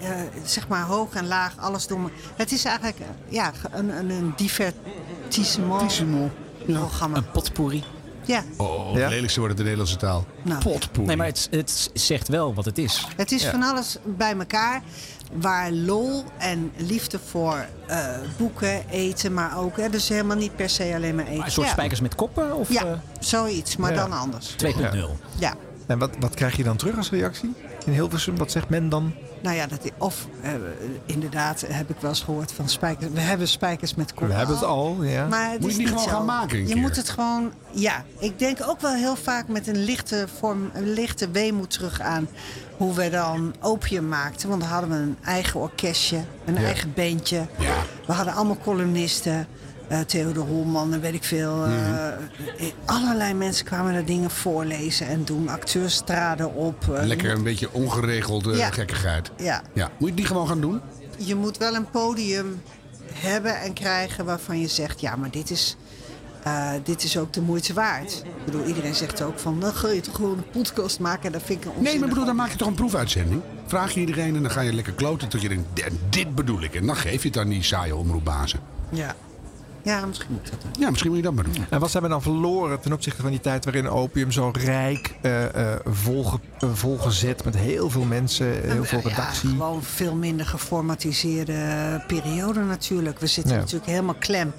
Speaker 7: eh, eh, zeg maar hoog en laag, alles door. me- Het is eigenlijk eh, ja, een, een, een divertissement programma.
Speaker 6: Een potpourri.
Speaker 7: Ja,
Speaker 2: Oh,
Speaker 3: Ja.
Speaker 2: het lelijkste wordt het in de Nederlandse taal.
Speaker 7: Nou.
Speaker 2: Potpourri.
Speaker 6: Nee, maar het, het zegt wel wat het is.
Speaker 7: het is
Speaker 3: Ja.
Speaker 7: van alles bij elkaar. Waar lol en liefde voor eh, boeken, eten, maar ook. Hè, dus helemaal niet per se alleen maar eten.
Speaker 6: Een soort
Speaker 7: ja.
Speaker 6: spijkers met koppen of eh,
Speaker 7: Ja, zoiets, maar
Speaker 3: Ja.
Speaker 7: dan anders.
Speaker 6: 2.0.
Speaker 7: Ja.
Speaker 3: En wat, wat krijg je dan terug als reactie? In Hilversum, wat zegt men dan?
Speaker 7: Nou ja, dat, of eh, inderdaad heb ik wel eens gehoord van spijkers. We hebben spijkers met koppen.
Speaker 3: We hebben het al, ja.
Speaker 7: Maar het
Speaker 2: Moet je
Speaker 7: is
Speaker 2: die gewoon
Speaker 7: zo.
Speaker 2: gaan maken een
Speaker 7: Je
Speaker 2: keer?
Speaker 7: moet het gewoon, ja. Ik denk ook wel heel vaak met een lichte, vorm, een lichte weemoed terug aan hoe we dan opium maakten. Want dan hadden we een eigen orkestje, een eigen bandje.
Speaker 2: Ja.
Speaker 7: We hadden allemaal columnisten. eh Theodor Holman en weet ik veel. eh,
Speaker 2: Mhm.
Speaker 7: Allerlei mensen kwamen daar dingen voorlezen en doen. Acteurs traden op. eh,
Speaker 2: Lekker een beetje ongeregelde
Speaker 7: Ja.
Speaker 2: gekkigheid.
Speaker 7: Ja,
Speaker 2: Ja, moet je die gewoon gaan doen?
Speaker 7: je moet wel een podium hebben en krijgen waarvan je zegt, ja, maar dit is, eh, dit is ook de moeite waard. Ik bedoel, iedereen zegt ook van, dan ga je toch gewoon een podcast maken en dat vind ik een
Speaker 2: Nee, maar ik bedoel, dan
Speaker 7: onzinnig
Speaker 2: maak je toch een proefuitzending? Vraag je iedereen en dan ga je lekker kloten tot je denkt, "D- dit bedoel ik. En dan geef je het aan die saaie omroepbazen.
Speaker 7: idee. Ja. ja, misschien moet dat ook.
Speaker 2: Ja, misschien moet je dat maar doen.
Speaker 3: En wat zijn we dan verloren ten opzichte van die tijd waarin opium zo rijk eh, eh, volge, eh, volgezet met heel veel mensen, heel veel
Speaker 7: Nou ja,
Speaker 3: redactie?
Speaker 7: gewoon veel minder geformatiseerde eh, periode natuurlijk. We zitten
Speaker 3: Ja.
Speaker 7: natuurlijk helemaal klem.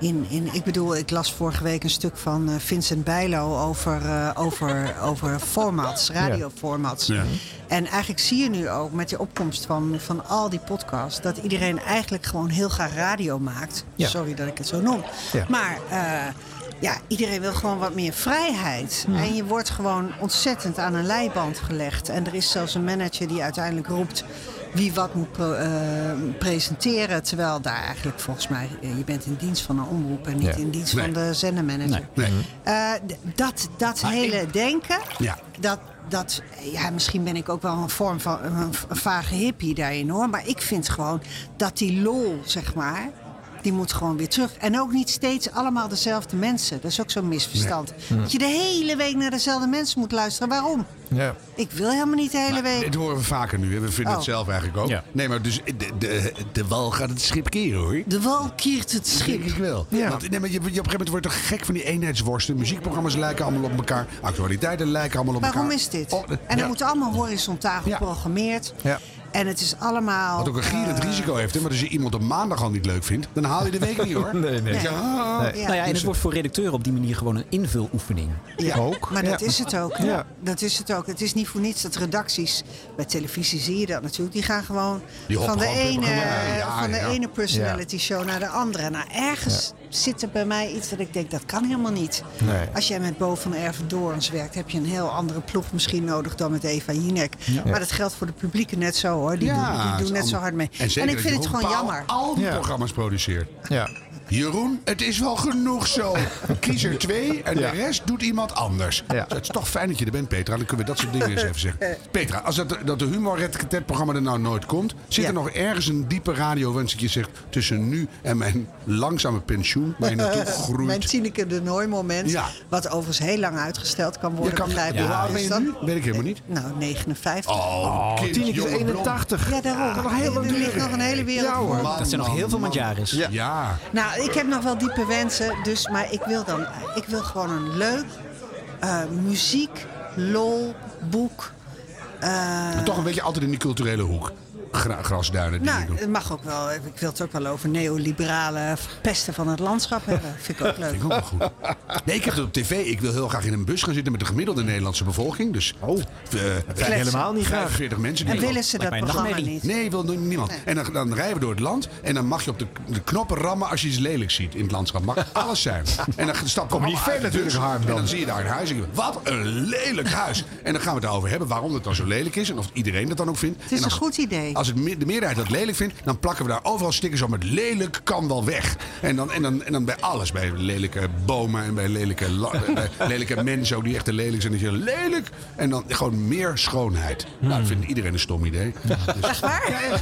Speaker 7: In, in, ik bedoel, ik las vorige week een stuk van eh, Vincent Bijlo over, eh, over, [laughs] over formats, radioformats.
Speaker 2: Ja.
Speaker 7: En eigenlijk zie je nu ook met de opkomst van, van al die podcasts... dat iedereen eigenlijk gewoon heel graag radio maakt.
Speaker 3: Ja.
Speaker 7: Sorry dat ik het zo noem.
Speaker 3: Ja.
Speaker 7: Maar... eh, ja, iedereen wil gewoon wat meer vrijheid. En je wordt gewoon ontzettend aan een leiband gelegd. En er is zelfs een manager die uiteindelijk roept wie wat moet pro- eh, presenteren. Terwijl daar eigenlijk volgens mij, eh, je bent in dienst van een omroep en niet
Speaker 3: Ja.
Speaker 7: in dienst
Speaker 2: Nee.
Speaker 7: van de zendermanager.
Speaker 2: Nee.
Speaker 7: Eh, d- dat dat hele denken,
Speaker 2: Ja.
Speaker 7: dat, dat, ja, misschien ben ik ook wel een vorm van een, een vage hippie daarin hoor. Maar ik vind gewoon dat die lol, zeg maar, die moet gewoon weer terug. En ook niet steeds allemaal dezelfde mensen. Dat is ook zo'n misverstand.
Speaker 2: Hm.
Speaker 7: Dat je de hele week naar dezelfde mensen moet luisteren. Waarom?
Speaker 3: Ja.
Speaker 7: Ik wil helemaal niet de hele week.
Speaker 2: Dit horen we vaker nu, hè. we vinden
Speaker 7: Oh.
Speaker 2: het zelf eigenlijk ook.
Speaker 6: Ja.
Speaker 2: Nee, maar dus de, de, de wal gaat het schip keren hoor.
Speaker 7: De wal kiert het
Speaker 2: Schip.
Speaker 7: schip.
Speaker 2: Ik wel.
Speaker 3: Ja.
Speaker 2: Want, nee, maar je, je op een gegeven moment wordt toch gek van die eenheidsworsten. Muziekprogramma's lijken allemaal op elkaar. Actualiteiten lijken allemaal op elkaar.
Speaker 7: Waarom is dit?
Speaker 2: Oh,
Speaker 7: en dat
Speaker 2: ja.
Speaker 7: moet allemaal horizontaal
Speaker 2: Ja.
Speaker 7: geprogrammeerd.
Speaker 3: Ja.
Speaker 7: En het is allemaal...
Speaker 2: Wat ook een gierend
Speaker 7: eh,
Speaker 2: risico heeft. Hè? Maar als je iemand op maandag al niet leuk vindt, dan haal je de week niet hoor.
Speaker 3: [laughs] Nee, nee.
Speaker 2: Ja,
Speaker 7: eh, ja.
Speaker 6: Nou ja, en het wordt voor redacteuren op die manier gewoon een invuloefening.
Speaker 7: Ja,
Speaker 3: Ook.
Speaker 7: Maar dat
Speaker 3: Ja.
Speaker 7: is het ook. hè?
Speaker 3: Ja.
Speaker 7: Dat is het ook. Het is niet voor niets dat redacties, bij televisie zie je dat natuurlijk, die gaan gewoon
Speaker 2: Die hoppen
Speaker 7: van de,
Speaker 2: gewoon
Speaker 7: ene,
Speaker 2: puppen. Ja, ja,
Speaker 7: van de
Speaker 2: ja.
Speaker 7: ene personality show naar de andere. Nou, ergens zit er bij mij iets dat ik denk, dat kan helemaal niet.
Speaker 3: Nee.
Speaker 7: Als jij met Bo van Ervedorens werkt, heb je een heel andere ploeg misschien nodig dan met Eva Jinek. Maar dat geldt voor de publieken net zo hoor. Die, doen, die
Speaker 2: het is
Speaker 7: doen net zo
Speaker 2: allemaal-
Speaker 7: hard mee.
Speaker 2: zeker
Speaker 7: en ik
Speaker 2: dat
Speaker 7: vind het
Speaker 2: Jeroen
Speaker 7: gewoon
Speaker 2: Pauw
Speaker 7: jammer.
Speaker 2: al die
Speaker 3: Ja.
Speaker 2: programma's produceert.
Speaker 3: Ja.
Speaker 2: Jeroen, het is wel genoeg zo. Kies er twee en
Speaker 3: Ja.
Speaker 2: de rest doet iemand anders. Dus
Speaker 3: Ja.
Speaker 2: Het is toch fijn dat je er bent, Petra. Dan kunnen we dat soort dingen eens even
Speaker 7: [laughs]
Speaker 2: zeggen. Petra, als dat, dat de humorretketet-programma er nou nooit komt... zit
Speaker 7: Ja.
Speaker 2: er nog ergens een diepe radiowens dat je zegt... tussen nu en mijn langzame pensioen, waar je
Speaker 7: [laughs]
Speaker 2: naartoe groeit...
Speaker 7: Mijn Tineke de Nooi moment.
Speaker 2: Ja.
Speaker 7: Wat overigens heel lang uitgesteld kan
Speaker 2: je
Speaker 7: worden.
Speaker 2: kan,
Speaker 7: begrijp ik.
Speaker 2: hoe oud
Speaker 7: Dus
Speaker 2: ben je
Speaker 7: dan-
Speaker 2: nu? Weet ik helemaal niet.
Speaker 7: Nou, 59.
Speaker 2: Oh, kind,
Speaker 3: Tineke is
Speaker 2: jonge blond.
Speaker 3: 81.
Speaker 7: Ja, daarom.
Speaker 3: Kan nog heel lang
Speaker 7: er ligt nog een
Speaker 3: duren.
Speaker 7: hele wereld
Speaker 3: Ja, hoor.
Speaker 7: voor.
Speaker 2: Man,
Speaker 6: Dat zijn nog
Speaker 2: man,
Speaker 6: heel veel
Speaker 2: Oh, man.
Speaker 6: mandjaris.
Speaker 3: Ja.
Speaker 2: Ja.
Speaker 7: Nou, ik heb nog wel diepe wensen, dus, maar ik wil dan, ik wil gewoon een leuk eh, muziek, lol, boek.
Speaker 2: Maar toch een beetje altijd in die culturele hoek. Gra- grasduinen die je
Speaker 7: Nou,
Speaker 2: doet.
Speaker 7: het mag ook wel. Ik wil het ook wel over neoliberale pesten van het landschap hebben. Vind ik ook leuk.
Speaker 2: Vind ik ook wel goed. Nee, ik heb het op tv. Ik wil heel graag in een bus gaan zitten met de gemiddelde Nederlandse bevolking. Dus
Speaker 3: Oh.
Speaker 2: eh, vijf-
Speaker 3: helemaal niet graag.
Speaker 2: 45 mensen.
Speaker 7: En
Speaker 2: die
Speaker 7: willen ze dat
Speaker 6: mij een
Speaker 7: programma
Speaker 6: nachtmerrie.
Speaker 7: niet?
Speaker 2: Nee, wil niemand. En dan, dan rijden we door het land en dan mag je op de, de knoppen rammen als je iets lelijks ziet in het landschap.
Speaker 3: [laughs]
Speaker 2: Mag alles zijn. En dan stap
Speaker 3: Kom je niet
Speaker 2: allemaal
Speaker 3: ver
Speaker 2: uit de bus
Speaker 3: natuurlijk, Harm,
Speaker 2: En dan
Speaker 3: dan.
Speaker 2: zie je daar een huis. En ik denk, Wat een lelijk huis. En dan gaan we het daarover hebben waarom dat dan zo lelijk is en of iedereen dat dan ook vindt.
Speaker 7: Het is
Speaker 2: en
Speaker 7: een
Speaker 2: als,
Speaker 7: goed idee.
Speaker 2: Als het, me- de meerderheid dat lelijk vindt, dan plakken we daar overal stickers op met lelijk kan wel weg. En dan, en dan, en dan bij alles. Bij lelijke bomen en bij lelijke, la- eh, bij lelijke mensen ook die echt te lelijk zijn. Dan zeg je lelijk. En dan gewoon meer schoonheid. Nou, dat vindt iedereen een stom idee. [laughs]
Speaker 7: Echt waar?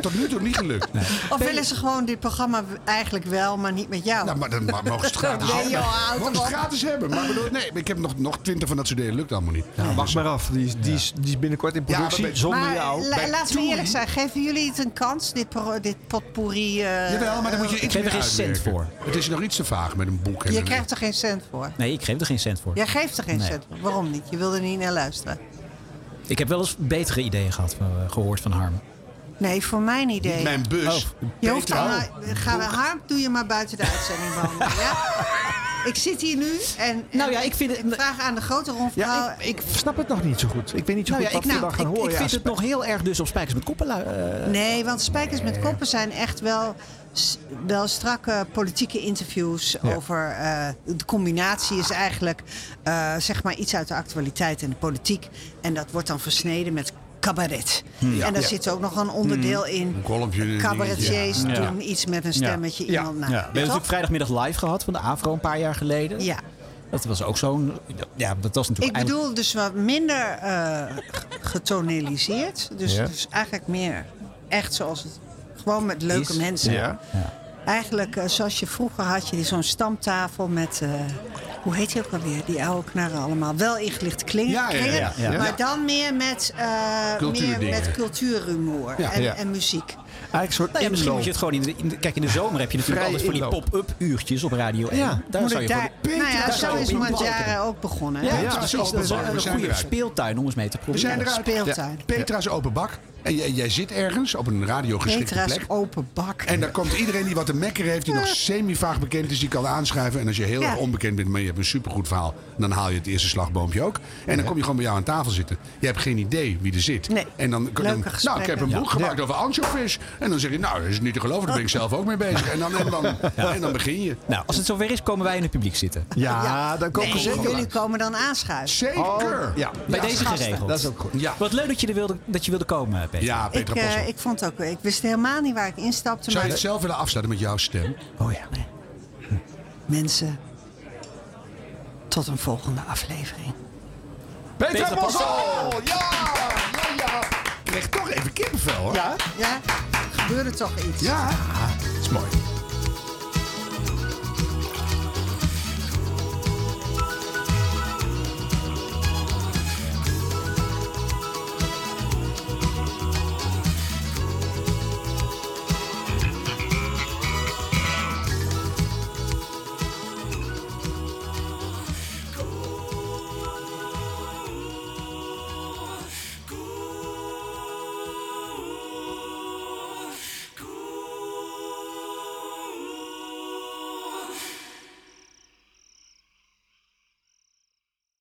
Speaker 2: Tot nu toe niet gelukt.
Speaker 7: Of willen ze gewoon dit programma eigenlijk wel, maar niet met jou?
Speaker 2: Nou, maar dan ma- mogen ze het gratis
Speaker 7: Nee,
Speaker 2: hebben.
Speaker 7: joh, houd
Speaker 2: mogen ze het
Speaker 7: op.
Speaker 2: gratis hebben. Maar bedoel, nee, ik heb nog, nog twintig van dat soort dingen. Lukt allemaal niet.
Speaker 3: Nou, wacht maar af. Die is, die is, die is binnenkort in
Speaker 2: maar
Speaker 3: productie
Speaker 2: bij-
Speaker 3: zonder
Speaker 7: maar
Speaker 3: jou.
Speaker 7: la-
Speaker 2: bij
Speaker 7: laten we
Speaker 2: Toei-
Speaker 7: eerlijk zijn, geven jullie het een kans, dit, pro- dit potpourri? eh,
Speaker 2: Jawel, maar dan moet je iets
Speaker 6: geef er
Speaker 2: meer
Speaker 6: geen cent
Speaker 2: uitwerken.
Speaker 6: voor.
Speaker 2: Het is nog iets te vaag met een boek. en
Speaker 7: Je
Speaker 2: een-
Speaker 7: krijgt er geen cent voor.
Speaker 6: Nee, ik geef er geen cent voor.
Speaker 7: Jij geeft er geen
Speaker 6: Nee.
Speaker 7: cent voor. Waarom niet? Je wilde er niet naar luisteren.
Speaker 6: Ik heb wel eens betere ideeën gehad, eh, gehoord van Harm.
Speaker 7: Nee, voor mijn idee.
Speaker 2: Niet mijn bus.
Speaker 7: Je hoeft
Speaker 2: Petra.
Speaker 7: dan maar, eh, ga we Harm, doe je maar buiten de uitzending wandelen. ja? Ik zit hier nu en, en
Speaker 6: Nou ja, ik vind het-
Speaker 7: vraag aan de grote Ron Vrouw-
Speaker 3: Ja, ik, ik snap het nog niet zo goed. Ik weet niet zo
Speaker 6: Nou ja,
Speaker 3: goed
Speaker 6: ik,
Speaker 3: wat we dan
Speaker 6: nou,
Speaker 3: gaan
Speaker 6: ik,
Speaker 3: horen.
Speaker 6: ik
Speaker 3: Ja,
Speaker 6: vind het nog heel erg dus op spijkers met koppen. lui- eh,
Speaker 7: Nee, want Spijkers met Koppen zijn echt wel, s- wel strakke politieke interviews over... eh, de combinatie is eigenlijk eh, zeg maar iets uit de actualiteit en de politiek. En dat wordt dan versneden met cabaret. En daar zit ook nog een onderdeel in.
Speaker 2: Een kolmpje, een
Speaker 7: Cabaretiers
Speaker 6: dingetje. Ja.
Speaker 7: doen iets met een stemmetje
Speaker 3: Ja.
Speaker 7: iemand
Speaker 3: Ja.
Speaker 7: na.
Speaker 6: We hebben natuurlijk vrijdagmiddag live gehad van de AVRO een paar jaar geleden.
Speaker 7: Ja.
Speaker 6: Dat was ook zo'n... Ja, dat was
Speaker 7: Ik
Speaker 6: natuurlijk eigenlijk-
Speaker 7: bedoel dus wat minder eh, g- getonaliseerd. Dus,
Speaker 3: Ja.
Speaker 7: dus eigenlijk meer echt zoals het... Gewoon met leuke
Speaker 6: Is.
Speaker 7: mensen.
Speaker 3: ja.
Speaker 7: Eigenlijk eh, zoals je vroeger had je die zo'n stamtafel met... eh, hoe heet die ook alweer? Die oude knarren allemaal. Wel ingelicht klinken.
Speaker 2: Ja, ja, ja,
Speaker 7: kringen,
Speaker 6: ja, ja.
Speaker 7: Maar dan meer met, eh, meer
Speaker 2: Cultuurdingen.
Speaker 7: met cultuurrumoer
Speaker 2: Ja.
Speaker 7: en,
Speaker 3: Ja.
Speaker 7: en muziek.
Speaker 3: Eigenlijk een soort
Speaker 6: Nou ja, misschien
Speaker 3: inloop.
Speaker 6: moet je het gewoon in de, in de- Kijk, in de zomer heb je natuurlijk
Speaker 3: Vrije
Speaker 6: altijd van die
Speaker 3: inloop.
Speaker 6: pop-up uurtjes op Radio 1.
Speaker 3: Ja.
Speaker 6: daar
Speaker 7: Moet
Speaker 6: zou
Speaker 7: ik
Speaker 6: je
Speaker 7: daar,
Speaker 6: voor...
Speaker 7: nou ja,
Speaker 6: daar
Speaker 7: zo
Speaker 6: zou je
Speaker 7: is
Speaker 6: voor moeten
Speaker 7: Mandjaren ook begonnen. hè?
Speaker 6: Ja,
Speaker 3: ja,
Speaker 6: precies.
Speaker 2: precies.
Speaker 6: Dat is
Speaker 2: We
Speaker 6: een
Speaker 2: zijn
Speaker 6: goede
Speaker 2: eruit.
Speaker 6: speeltuin om eens mee te
Speaker 2: We
Speaker 6: proberen.
Speaker 2: zijn eruit.
Speaker 7: Speeltuin.
Speaker 2: Petra is open bak. En jij, jij zit ergens op een radiogeschikte
Speaker 7: Petra's
Speaker 2: plek.
Speaker 7: open bak.
Speaker 2: En dan komt iedereen die wat te mekker heeft, die nog semi-vaag bekend is, die kan aanschuiven. En als je heel
Speaker 7: Ja.
Speaker 2: erg onbekend bent, maar je hebt een supergoed verhaal, dan haal je het eerste slagboompje ook. En dan kom je gewoon bij jou aan tafel zitten. Je hebt geen idee wie er zit.
Speaker 7: Nee.
Speaker 2: En dan,
Speaker 7: Leuke
Speaker 2: dan, nou, ik
Speaker 7: gesprekken.
Speaker 2: heb een
Speaker 7: Ja.
Speaker 2: boek gemaakt over anchovies. En dan zeg je, nou, dat is niet te geloven, daar ben ik zelf ook mee bezig. En dan, en dan, en dan begin je.
Speaker 6: Nou, als het zover is, komen wij in het publiek zitten.
Speaker 3: Ja, dan komen
Speaker 7: Nee,
Speaker 3: we zeker
Speaker 7: jullie
Speaker 3: langs.
Speaker 7: komen dan aanschuiven.
Speaker 2: Zeker!
Speaker 3: Oh, ja.
Speaker 6: Bij
Speaker 3: Ja,
Speaker 6: deze
Speaker 3: gasten.
Speaker 6: geregeld.
Speaker 3: Dat is ook goed.
Speaker 2: Ja.
Speaker 6: Wat leuk dat je, er wilde, dat je wilde komen, Peter.
Speaker 2: Ja,
Speaker 7: Ik,
Speaker 2: Petra
Speaker 7: eh,
Speaker 2: Possel.
Speaker 7: ik vond het ook, ik wist helemaal niet waar ik instapte.
Speaker 2: Zou je
Speaker 7: maar
Speaker 2: het zelf willen afsluiten met jouw stem?
Speaker 6: Oh ja.
Speaker 7: mensen, tot een volgende aflevering.
Speaker 2: Petra
Speaker 6: Petra Possel!
Speaker 2: Possel! Oh, Ja! Ja, ja! Ik kreeg toch even kippenvel, hoor.
Speaker 7: Ja? Gebeurde toch iets?
Speaker 2: Ja, dat is mooi.